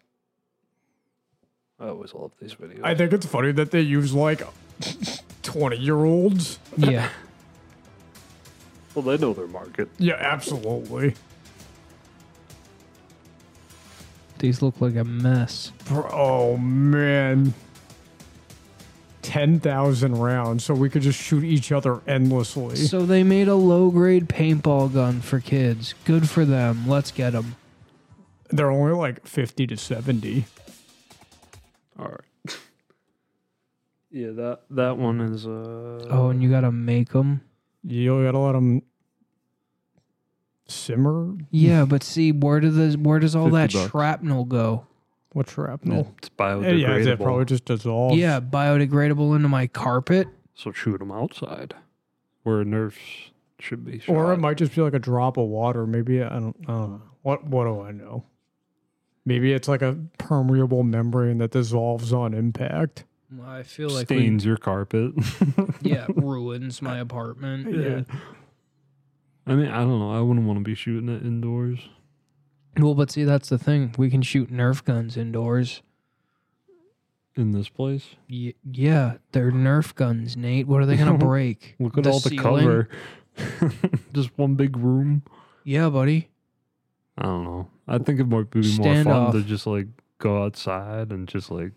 [SPEAKER 3] always love these videos.
[SPEAKER 1] I think it's funny that they use like twenty year olds.
[SPEAKER 2] yeah.
[SPEAKER 3] well, they know their market.
[SPEAKER 1] Yeah, absolutely.
[SPEAKER 2] These look like a mess.
[SPEAKER 1] Bro, oh man. 10,000 rounds, so we could just shoot each other endlessly.
[SPEAKER 2] So they made a low grade paintball gun for kids. Good for them. Let's get them.
[SPEAKER 1] They're only like 50 to 70.
[SPEAKER 3] All right. yeah, that that one is. Uh,
[SPEAKER 2] Oh, and you gotta make them.
[SPEAKER 1] You gotta let them simmer.
[SPEAKER 2] Yeah, but see, where do the where does all that
[SPEAKER 3] 50 bucks.
[SPEAKER 2] shrapnel go?
[SPEAKER 1] What shrapnel?
[SPEAKER 3] it's
[SPEAKER 1] Yeah,
[SPEAKER 3] biodegradable.
[SPEAKER 1] Oh. yeah it probably just dissolves.
[SPEAKER 2] Yeah, biodegradable into my carpet.
[SPEAKER 3] So shoot them outside, where nerfs should be. Shot.
[SPEAKER 1] Or it might just be like a drop of water. Maybe I don't, I don't know. What what do I know? Maybe it's like a permeable membrane that dissolves on impact.
[SPEAKER 2] I feel like
[SPEAKER 3] stains your carpet.
[SPEAKER 2] yeah, ruins my apartment.
[SPEAKER 3] I mean, I don't know. I wouldn't want to be shooting it indoors.
[SPEAKER 2] Well, but see, that's the thing. We can shoot Nerf guns indoors.
[SPEAKER 3] In this place,
[SPEAKER 2] Y- yeah, they're Nerf guns, Nate. What are they gonna break?
[SPEAKER 3] look at all the
[SPEAKER 2] ceiling?
[SPEAKER 3] cover. just one big room.
[SPEAKER 2] Yeah, buddy.
[SPEAKER 3] I don't know. I think it might be more
[SPEAKER 2] Stand
[SPEAKER 3] fun
[SPEAKER 2] off.
[SPEAKER 3] to just like go outside and just like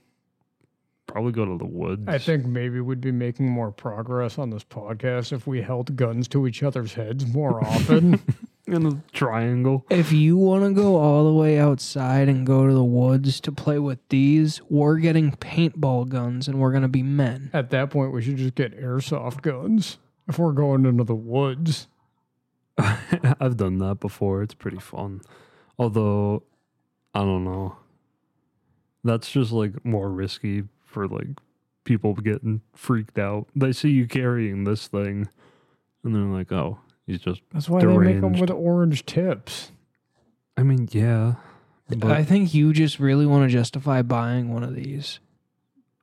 [SPEAKER 3] probably go to the woods.
[SPEAKER 1] I think maybe we'd be making more progress on this podcast if we held guns to each other's heads more often.
[SPEAKER 3] in a triangle.
[SPEAKER 2] If you want to go all the way outside and go to the woods to play with these, we're getting paintball guns and we're gonna be men.
[SPEAKER 1] At that point, we should just get airsoft guns if we're going into the woods.
[SPEAKER 3] I've done that before. It's pretty fun. Although, I don't know. That's just like more risky for like people getting freaked out. They see you carrying this thing and they're like, oh, he's just.
[SPEAKER 1] That's why they make them with orange tips.
[SPEAKER 3] I mean, yeah. But
[SPEAKER 2] I
[SPEAKER 3] I,
[SPEAKER 2] think you just really want to justify buying one of these.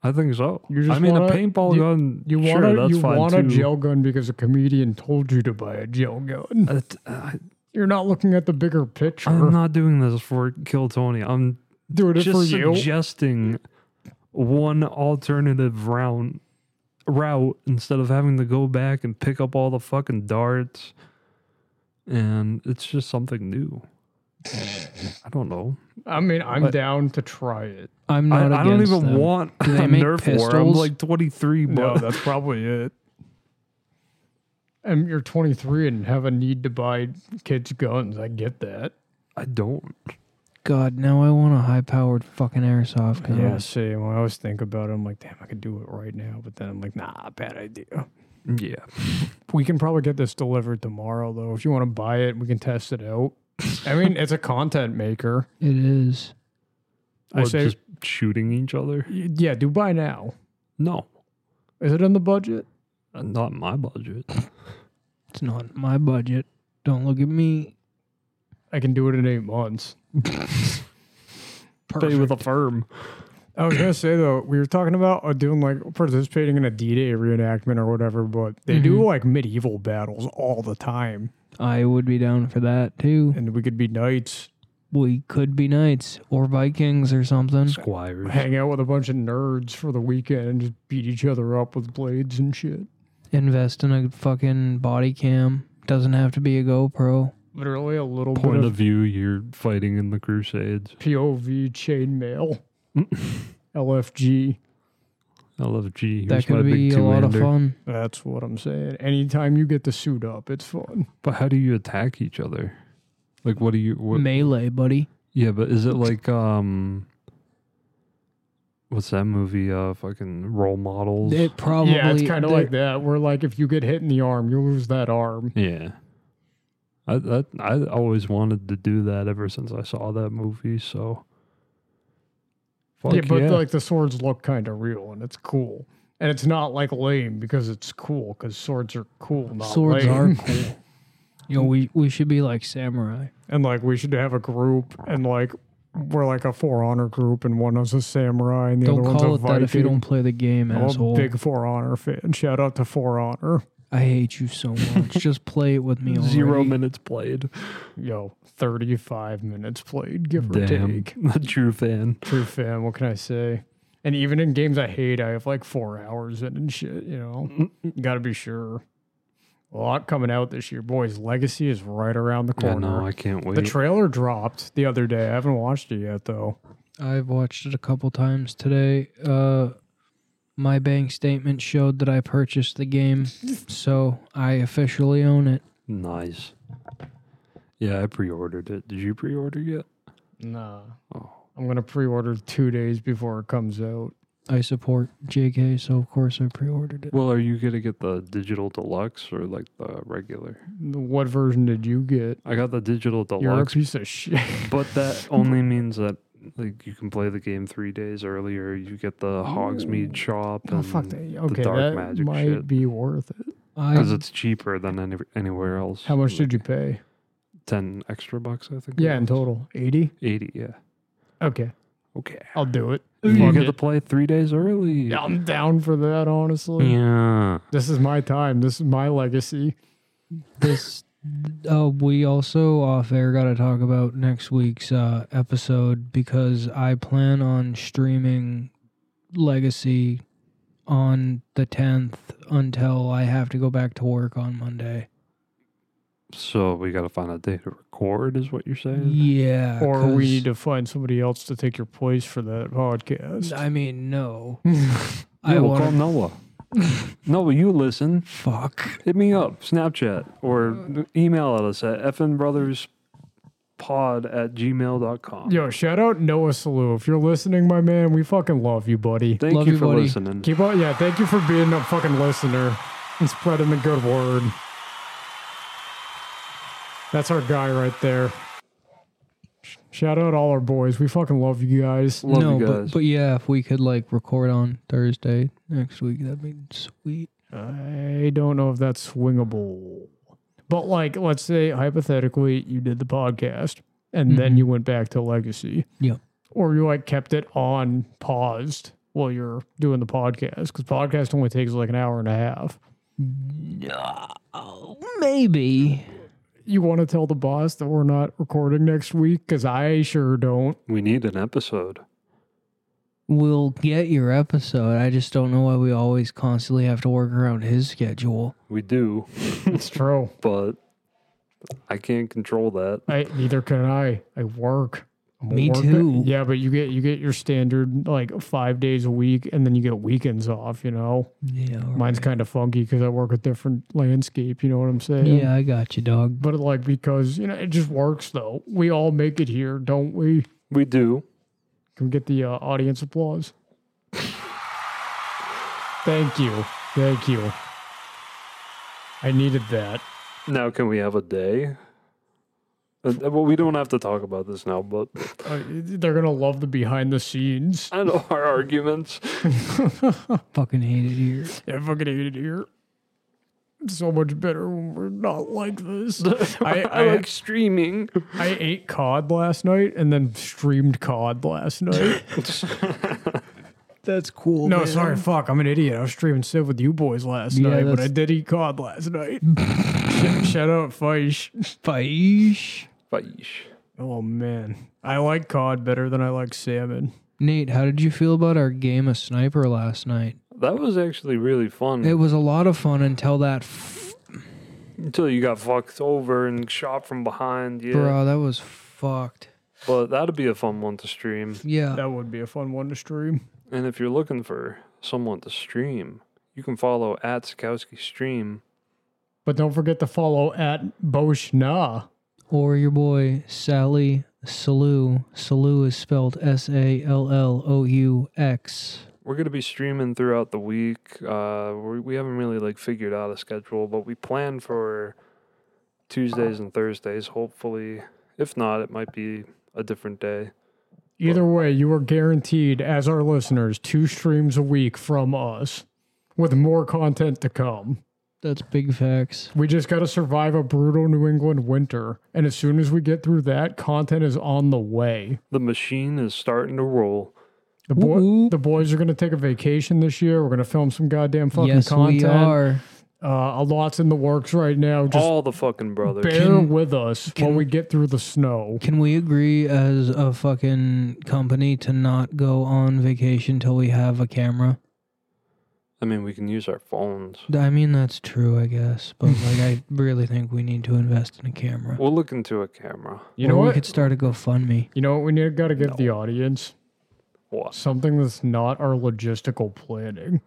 [SPEAKER 3] think so.
[SPEAKER 1] You just
[SPEAKER 3] I mean,
[SPEAKER 1] wanna-
[SPEAKER 3] a paintball
[SPEAKER 1] you-
[SPEAKER 3] gun.
[SPEAKER 1] You want
[SPEAKER 3] sure,
[SPEAKER 1] a,
[SPEAKER 3] that's
[SPEAKER 1] you
[SPEAKER 3] fine
[SPEAKER 1] want a
[SPEAKER 3] too.
[SPEAKER 1] gel gun because a comedian told you to buy a gel gun.
[SPEAKER 3] Uh, t- I-
[SPEAKER 1] You're not looking at the bigger picture.
[SPEAKER 3] I'm not doing this for Kill Tony. I'm
[SPEAKER 1] doing it for
[SPEAKER 3] just
[SPEAKER 1] you.
[SPEAKER 3] suggesting one alternative round route instead of having to go back and pick up all the fucking darts and it's just something new i don't know
[SPEAKER 1] I mean, I'm
[SPEAKER 3] But-
[SPEAKER 1] down to try it.
[SPEAKER 2] I'm
[SPEAKER 3] I,
[SPEAKER 2] not.
[SPEAKER 3] I don't
[SPEAKER 2] against
[SPEAKER 3] even
[SPEAKER 2] them.
[SPEAKER 3] want
[SPEAKER 2] Do they
[SPEAKER 3] a
[SPEAKER 2] make
[SPEAKER 3] nerf war i'm
[SPEAKER 2] pistols?
[SPEAKER 3] like 23
[SPEAKER 1] No,
[SPEAKER 3] but
[SPEAKER 1] that's probably it. And you're 23 and have a need to buy kids guns. I get that.
[SPEAKER 3] i don't
[SPEAKER 2] God, now I want a high-powered fucking airsoft gun.
[SPEAKER 1] Yeah, same. I always think about it. I'm like, damn, I could do it right now. But then I'm like, nah, bad idea.
[SPEAKER 3] yeah
[SPEAKER 1] We can probably get this delivered tomorrow, though. If you want to buy it, we can test it out. I mean, it's a content maker.
[SPEAKER 2] It is.
[SPEAKER 1] I
[SPEAKER 3] or
[SPEAKER 1] say,
[SPEAKER 3] just shooting each other
[SPEAKER 1] y- yeah, do buy now.
[SPEAKER 3] no
[SPEAKER 1] Is it in the budget?
[SPEAKER 3] not my budget
[SPEAKER 2] It's not my budget. Don't look at me.
[SPEAKER 1] I can do it in eight months.
[SPEAKER 3] pay with
[SPEAKER 2] Perfect.
[SPEAKER 3] a firm
[SPEAKER 1] I was gonna say though, we were talking about uh, doing like participating in a D-Day reenactment or whatever, but they do
[SPEAKER 2] Mhm.
[SPEAKER 1] like medieval battles all the time,
[SPEAKER 2] I would be down for that too.
[SPEAKER 1] and we could be knights,
[SPEAKER 2] We could be knights or Vikings or something.
[SPEAKER 3] squires
[SPEAKER 1] hang out with a bunch of nerds for the weekend, and just beat each other up with blades and shit.
[SPEAKER 2] Invest in a fucking body cam. Doesn't have to be a GoPro.
[SPEAKER 1] Literally a little
[SPEAKER 3] point
[SPEAKER 1] bit
[SPEAKER 3] of
[SPEAKER 1] of
[SPEAKER 3] view you're fighting in the crusades
[SPEAKER 1] POV chainmail, LFG.
[SPEAKER 3] LFG.
[SPEAKER 2] that could be a lot of fun.
[SPEAKER 1] That's what I'm saying. Anytime you get the suit up, it's fun.
[SPEAKER 3] But how do you attack each other? Like, what do you? What,
[SPEAKER 2] Melee, buddy.
[SPEAKER 3] Yeah, but is it like um what's that movie uh fucking role models?
[SPEAKER 2] It probably
[SPEAKER 1] yeah, it's kind of
[SPEAKER 2] there-
[SPEAKER 1] like that. Where like if you get hit in the arm, you lose that arm.
[SPEAKER 3] yeah. I that I always wanted to do that ever since I saw that movie, so Fuck
[SPEAKER 1] yeah, but
[SPEAKER 3] yeah.
[SPEAKER 1] like the swords look kind of real and it's cool. And it's not like lame because it's cool because swords are cool, not
[SPEAKER 2] Swords
[SPEAKER 1] lame.
[SPEAKER 2] are cool. You know, we, we should be like samurai.
[SPEAKER 1] and like we should have a group and like we're like a four honor group and one is a samurai and the
[SPEAKER 2] don't
[SPEAKER 1] other one's a
[SPEAKER 2] call it
[SPEAKER 1] Viking.
[SPEAKER 2] that if you don't play the game,
[SPEAKER 1] I'm a
[SPEAKER 2] asshole.
[SPEAKER 1] big four honor fan. Shout out to four honor.
[SPEAKER 2] I hate you so much. Just play it with me.
[SPEAKER 3] Zero
[SPEAKER 2] already.
[SPEAKER 3] minutes played.
[SPEAKER 1] Yo, thirty five minutes played, give or
[SPEAKER 3] Damn,
[SPEAKER 1] take.
[SPEAKER 3] a true fan.
[SPEAKER 1] True fan, what can I say? And even in games I hate, I have like four hours in and shit, you know. Gotta be sure. A lot coming out this year. Boys, Legacy is right around the
[SPEAKER 3] Yeah,
[SPEAKER 1] corner.
[SPEAKER 3] no, I can't wait.
[SPEAKER 1] the trailer dropped the other day. I haven't watched it yet though.
[SPEAKER 2] I've watched it a couple times today. Uh, my bank statement showed that I purchased the game, so I officially own it.
[SPEAKER 3] nice. Yeah, I pre-ordered it. Did you pre-order yet?
[SPEAKER 1] Nah.
[SPEAKER 3] Oh.
[SPEAKER 1] I'm gonna pre-order two days before it comes out.
[SPEAKER 2] I support JK, so of course I pre-ordered it.
[SPEAKER 3] Well, are you gonna get the digital deluxe or like the regular?
[SPEAKER 1] What version did you get?
[SPEAKER 3] I got the digital
[SPEAKER 1] You're a
[SPEAKER 3] deluxe,
[SPEAKER 1] piece of shit.
[SPEAKER 3] but that only means that like you can play the game three days earlier. You get the Hogsmeade shop.
[SPEAKER 1] Oh fuck
[SPEAKER 3] and-
[SPEAKER 1] that. Okay,
[SPEAKER 3] um, dark
[SPEAKER 1] that
[SPEAKER 3] magic
[SPEAKER 1] might
[SPEAKER 3] shit.
[SPEAKER 1] be worth it.
[SPEAKER 2] I
[SPEAKER 3] Because it's cheaper than any, anywhere else.
[SPEAKER 1] How much did you pay?
[SPEAKER 3] Ten extra bucks, I think. it
[SPEAKER 1] Yeah, in
[SPEAKER 3] was.
[SPEAKER 1] total, eighty.
[SPEAKER 3] eighty. Yeah.
[SPEAKER 1] Okay,
[SPEAKER 3] Okay.
[SPEAKER 1] I'll do it.
[SPEAKER 3] You
[SPEAKER 1] Fuck
[SPEAKER 3] get
[SPEAKER 1] it.
[SPEAKER 3] to play three days early.
[SPEAKER 1] Yeah, I'm down for that. Honestly,
[SPEAKER 3] Yeah.
[SPEAKER 1] this is my time. This is my legacy.
[SPEAKER 2] this. Uh, we also off air got to talk about next week's uh, episode because I plan on streaming Legacy on the tenth until I have to go back to work on Monday.
[SPEAKER 3] So we gotta find a day to record, is what you're saying?
[SPEAKER 2] Yeah,
[SPEAKER 1] Or we
[SPEAKER 2] 'cause-
[SPEAKER 1] need to find somebody else to take your place for that podcast.
[SPEAKER 2] I mean, no.
[SPEAKER 3] Yeah,
[SPEAKER 2] I
[SPEAKER 3] we'll
[SPEAKER 2] want
[SPEAKER 3] call
[SPEAKER 2] to
[SPEAKER 3] Noah. Noah, you listen.
[SPEAKER 2] fuck.
[SPEAKER 3] Hit me up, Snapchat, or email at us at fnbrotherspod at gmail.com.
[SPEAKER 1] Yo, shout out Noah Salou. If you're listening, my man, we fucking love you, buddy.
[SPEAKER 3] Thank
[SPEAKER 2] Love
[SPEAKER 3] you
[SPEAKER 2] you,
[SPEAKER 3] for
[SPEAKER 2] buddy.
[SPEAKER 3] listening.
[SPEAKER 1] Keep on, yeah. Thank you for being a fucking listener and spreading the good word. That's our guy right there. Sh- Shout out all our boys. We fucking love you guys.
[SPEAKER 3] Love
[SPEAKER 2] no,
[SPEAKER 3] you guys.
[SPEAKER 2] but but yeah, if we could like record on Thursday next week, that'd be sweet.
[SPEAKER 1] I don't know if that's swingable, but like, let's say hypothetically, you did the podcast and then
[SPEAKER 2] Mhm.
[SPEAKER 1] you went back to Legacy.
[SPEAKER 2] Yeah.
[SPEAKER 1] Or you like kept it on paused while you're doing the podcast because podcast only takes like an hour and a half.
[SPEAKER 2] Oh, Maybe.
[SPEAKER 1] you want to tell the boss that we're not recording next week? Because I sure don't.
[SPEAKER 3] we need an episode.
[SPEAKER 2] We'll get your episode. I just don't know why we always constantly have to work around his schedule.
[SPEAKER 3] We do,
[SPEAKER 1] It's true.
[SPEAKER 3] but I can't control that.
[SPEAKER 1] I neither can I. I work. I'm a
[SPEAKER 2] Me
[SPEAKER 1] worker.
[SPEAKER 2] too.
[SPEAKER 1] Yeah, but you get you get your standard like five days a week, and then you get weekends off. You know,
[SPEAKER 2] Yeah. all
[SPEAKER 1] mine's
[SPEAKER 2] right.
[SPEAKER 1] kind of funky because I work a different landscape. You know what I'm saying?
[SPEAKER 2] Yeah, I got you, dog.
[SPEAKER 1] But like because you know it just works though. We all make it here, don't we?
[SPEAKER 3] We do.
[SPEAKER 1] Can we get the uh, audience applause? Thank you. Thank you. I needed that.
[SPEAKER 3] Now, can we have a day? Uh, Well, we don't have to talk about this now, but
[SPEAKER 1] Uh, they're gonna love the behind the scenes.
[SPEAKER 3] I know our arguments.
[SPEAKER 2] Fucking hate it here.
[SPEAKER 1] I fucking hate it here. It's so much better when we're not like this. I,
[SPEAKER 3] I
[SPEAKER 1] I,
[SPEAKER 3] like streaming.
[SPEAKER 1] I ate cod last night and then streamed cod last night.
[SPEAKER 2] That's cool.
[SPEAKER 1] no, sorry, fuck, I'm an idiot. I was streaming Civ with you boys last
[SPEAKER 2] Yeah,
[SPEAKER 1] night, but I
[SPEAKER 2] that's-
[SPEAKER 1] did eat cod last night. Sh- Shout out Feish.
[SPEAKER 2] Fish.
[SPEAKER 3] Faish.
[SPEAKER 1] Oh man, I like cod better than I like salmon.
[SPEAKER 2] Nate, how did you feel about our game of sniper last night?
[SPEAKER 3] That was actually really fun
[SPEAKER 2] It was a lot of fun until that. F-
[SPEAKER 3] until you got fucked over and shot from behind. Yeah,
[SPEAKER 2] Bro, that was fucked.
[SPEAKER 3] but that'd be a fun one to stream.
[SPEAKER 2] Yeah.
[SPEAKER 1] That would be a fun one to stream.
[SPEAKER 3] And if you're looking for someone to stream, you can follow at Sikowski Stream.
[SPEAKER 1] But don't forget to follow at Boshna.
[SPEAKER 2] Or your boy, Sally Salou. Salou is spelled S A L L O U X.
[SPEAKER 3] We're gonna be streaming throughout the week. Uh, we we haven't really like figured out a schedule, but we plan for Tuesdays and Thursdays. Hopefully, if not, it might be a different day.
[SPEAKER 1] Either way, you are guaranteed, as our listeners, two streams a week from us with more content to come.
[SPEAKER 2] That's big facts.
[SPEAKER 1] We just got to survive a brutal New England winter. And as soon as we get through that, content is on the way.
[SPEAKER 3] The machine is starting to roll.
[SPEAKER 1] The, boy,
[SPEAKER 2] Woo-hoo.
[SPEAKER 1] the boys are going to take a vacation this year. We're going to film some goddamn fucking
[SPEAKER 2] yes,
[SPEAKER 1] content.
[SPEAKER 2] we are.
[SPEAKER 1] Uh, a lot's in the works right now. Just
[SPEAKER 3] All the fucking brothers.
[SPEAKER 1] bear
[SPEAKER 2] Can-
[SPEAKER 1] with us while
[SPEAKER 2] can-
[SPEAKER 1] we get through the snow.
[SPEAKER 2] Can we agree as a fucking company to not go on vacation till we have a camera?
[SPEAKER 3] I mean, we can use our phones.
[SPEAKER 2] I mean, that's true, I guess, but like, I really think we need to invest in a camera.
[SPEAKER 3] We'll look into a camera.
[SPEAKER 1] You know
[SPEAKER 2] or we
[SPEAKER 1] what?
[SPEAKER 2] could start a GoFundMe.
[SPEAKER 1] You know what? We need got to give the audience
[SPEAKER 3] What?
[SPEAKER 1] something that's not our logistical planning.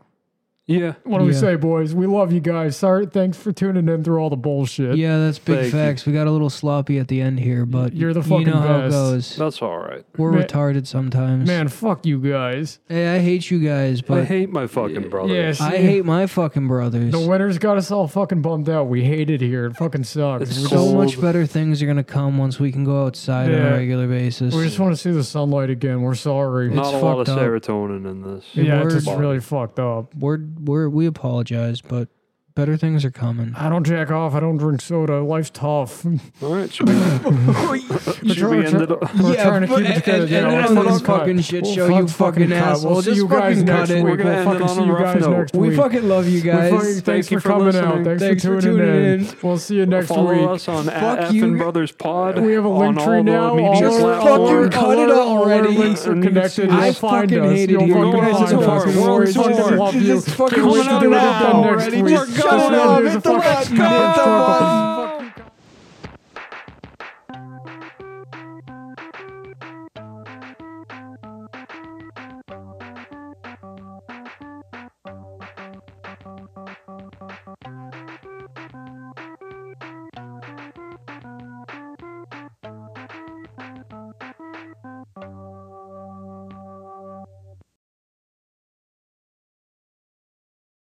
[SPEAKER 3] Yeah.
[SPEAKER 1] What do we
[SPEAKER 2] Yeah.
[SPEAKER 1] say, boys? We love you guys. Sorry, thanks for tuning in through all the bullshit.
[SPEAKER 2] Yeah, that's
[SPEAKER 3] Thank
[SPEAKER 2] big
[SPEAKER 3] you.
[SPEAKER 2] facts. We got a little sloppy at the end here, but
[SPEAKER 1] You're the
[SPEAKER 2] you
[SPEAKER 1] fucking
[SPEAKER 2] know how it
[SPEAKER 1] best.
[SPEAKER 2] goes.
[SPEAKER 3] That's all right.
[SPEAKER 2] We're
[SPEAKER 1] Man-
[SPEAKER 2] retarded sometimes.
[SPEAKER 1] Man, fuck you guys.
[SPEAKER 2] Hey, I hate you guys,
[SPEAKER 3] I
[SPEAKER 2] but
[SPEAKER 3] hate my fucking brothers.
[SPEAKER 1] Yes.
[SPEAKER 2] I hate my fucking brothers.
[SPEAKER 1] The winter's got us all fucking bummed out. We hate it here. It fucking sucks.
[SPEAKER 3] It's
[SPEAKER 1] We
[SPEAKER 2] so
[SPEAKER 1] just,
[SPEAKER 3] cold.
[SPEAKER 2] much better things are gonna come once we can go outside on
[SPEAKER 1] Yeah.
[SPEAKER 2] a regular basis.
[SPEAKER 1] we just want to see the sunlight again. We're sorry.
[SPEAKER 2] No.
[SPEAKER 3] Not a lot of
[SPEAKER 2] fucked up.
[SPEAKER 3] serotonin in this.
[SPEAKER 2] It
[SPEAKER 1] yeah, it's
[SPEAKER 2] works.
[SPEAKER 1] just really fucked up.
[SPEAKER 2] we're, we're we apologize, but better things are coming.
[SPEAKER 1] I don't jack off. I don't drink soda. Life's tough. We're
[SPEAKER 3] All right. Should we,
[SPEAKER 1] Oh,
[SPEAKER 3] should we end it up?
[SPEAKER 1] we're trying to keep it together.
[SPEAKER 2] And,
[SPEAKER 1] yeah,
[SPEAKER 2] and,
[SPEAKER 1] let's
[SPEAKER 2] and on
[SPEAKER 1] fucking
[SPEAKER 2] this
[SPEAKER 1] cut.
[SPEAKER 2] fucking shit
[SPEAKER 1] We'll
[SPEAKER 2] show,
[SPEAKER 1] fuck-
[SPEAKER 2] you fucking
[SPEAKER 1] cut.
[SPEAKER 2] asshole.
[SPEAKER 1] We'll see
[SPEAKER 2] just
[SPEAKER 1] you guys
[SPEAKER 2] fucking
[SPEAKER 1] next
[SPEAKER 2] cut it.
[SPEAKER 1] week.
[SPEAKER 3] We're gonna
[SPEAKER 1] We'll
[SPEAKER 3] end it
[SPEAKER 1] fucking
[SPEAKER 3] on
[SPEAKER 1] see
[SPEAKER 3] a
[SPEAKER 1] you
[SPEAKER 3] rough
[SPEAKER 1] guys
[SPEAKER 3] note.
[SPEAKER 1] next week.
[SPEAKER 2] We fucking love you
[SPEAKER 1] We're
[SPEAKER 2] guys.
[SPEAKER 1] fucking- thanks
[SPEAKER 3] Thank you
[SPEAKER 1] for
[SPEAKER 3] for
[SPEAKER 1] coming out.
[SPEAKER 3] listening.
[SPEAKER 1] Thanks,
[SPEAKER 2] Thanks
[SPEAKER 1] for
[SPEAKER 2] for
[SPEAKER 1] tuning
[SPEAKER 2] tuning
[SPEAKER 1] in.
[SPEAKER 2] in.
[SPEAKER 1] We'll see you next
[SPEAKER 3] Follow
[SPEAKER 1] week.
[SPEAKER 3] us on
[SPEAKER 2] Fuck
[SPEAKER 3] at
[SPEAKER 2] you.
[SPEAKER 3] FN Brothers Pod.
[SPEAKER 1] We have a
[SPEAKER 3] on
[SPEAKER 1] link
[SPEAKER 3] all
[SPEAKER 1] tree
[SPEAKER 3] the
[SPEAKER 1] now.
[SPEAKER 3] media
[SPEAKER 1] All
[SPEAKER 2] just
[SPEAKER 1] our,
[SPEAKER 2] fucking
[SPEAKER 3] platforms.
[SPEAKER 1] all our-
[SPEAKER 2] cut
[SPEAKER 1] all
[SPEAKER 2] it
[SPEAKER 1] our- all our
[SPEAKER 2] already.
[SPEAKER 1] links are
[SPEAKER 3] And you can
[SPEAKER 1] connected.
[SPEAKER 3] see
[SPEAKER 1] You'll
[SPEAKER 2] I
[SPEAKER 1] find
[SPEAKER 2] fucking
[SPEAKER 1] us.
[SPEAKER 2] hated
[SPEAKER 1] You'll
[SPEAKER 2] you
[SPEAKER 1] fucking
[SPEAKER 3] guys. It's
[SPEAKER 1] find us.
[SPEAKER 3] a war.
[SPEAKER 1] We
[SPEAKER 3] We're
[SPEAKER 1] always
[SPEAKER 3] on
[SPEAKER 1] fucking
[SPEAKER 3] tour.
[SPEAKER 1] love you.
[SPEAKER 2] This is fucking
[SPEAKER 1] Can't wait
[SPEAKER 3] coming
[SPEAKER 1] to
[SPEAKER 3] out
[SPEAKER 1] do it
[SPEAKER 3] now.
[SPEAKER 1] again
[SPEAKER 2] Already.
[SPEAKER 1] next week.
[SPEAKER 2] We're going.
[SPEAKER 1] There's a
[SPEAKER 2] Let's
[SPEAKER 1] fucking
[SPEAKER 2] go.
[SPEAKER 1] fucking struggle.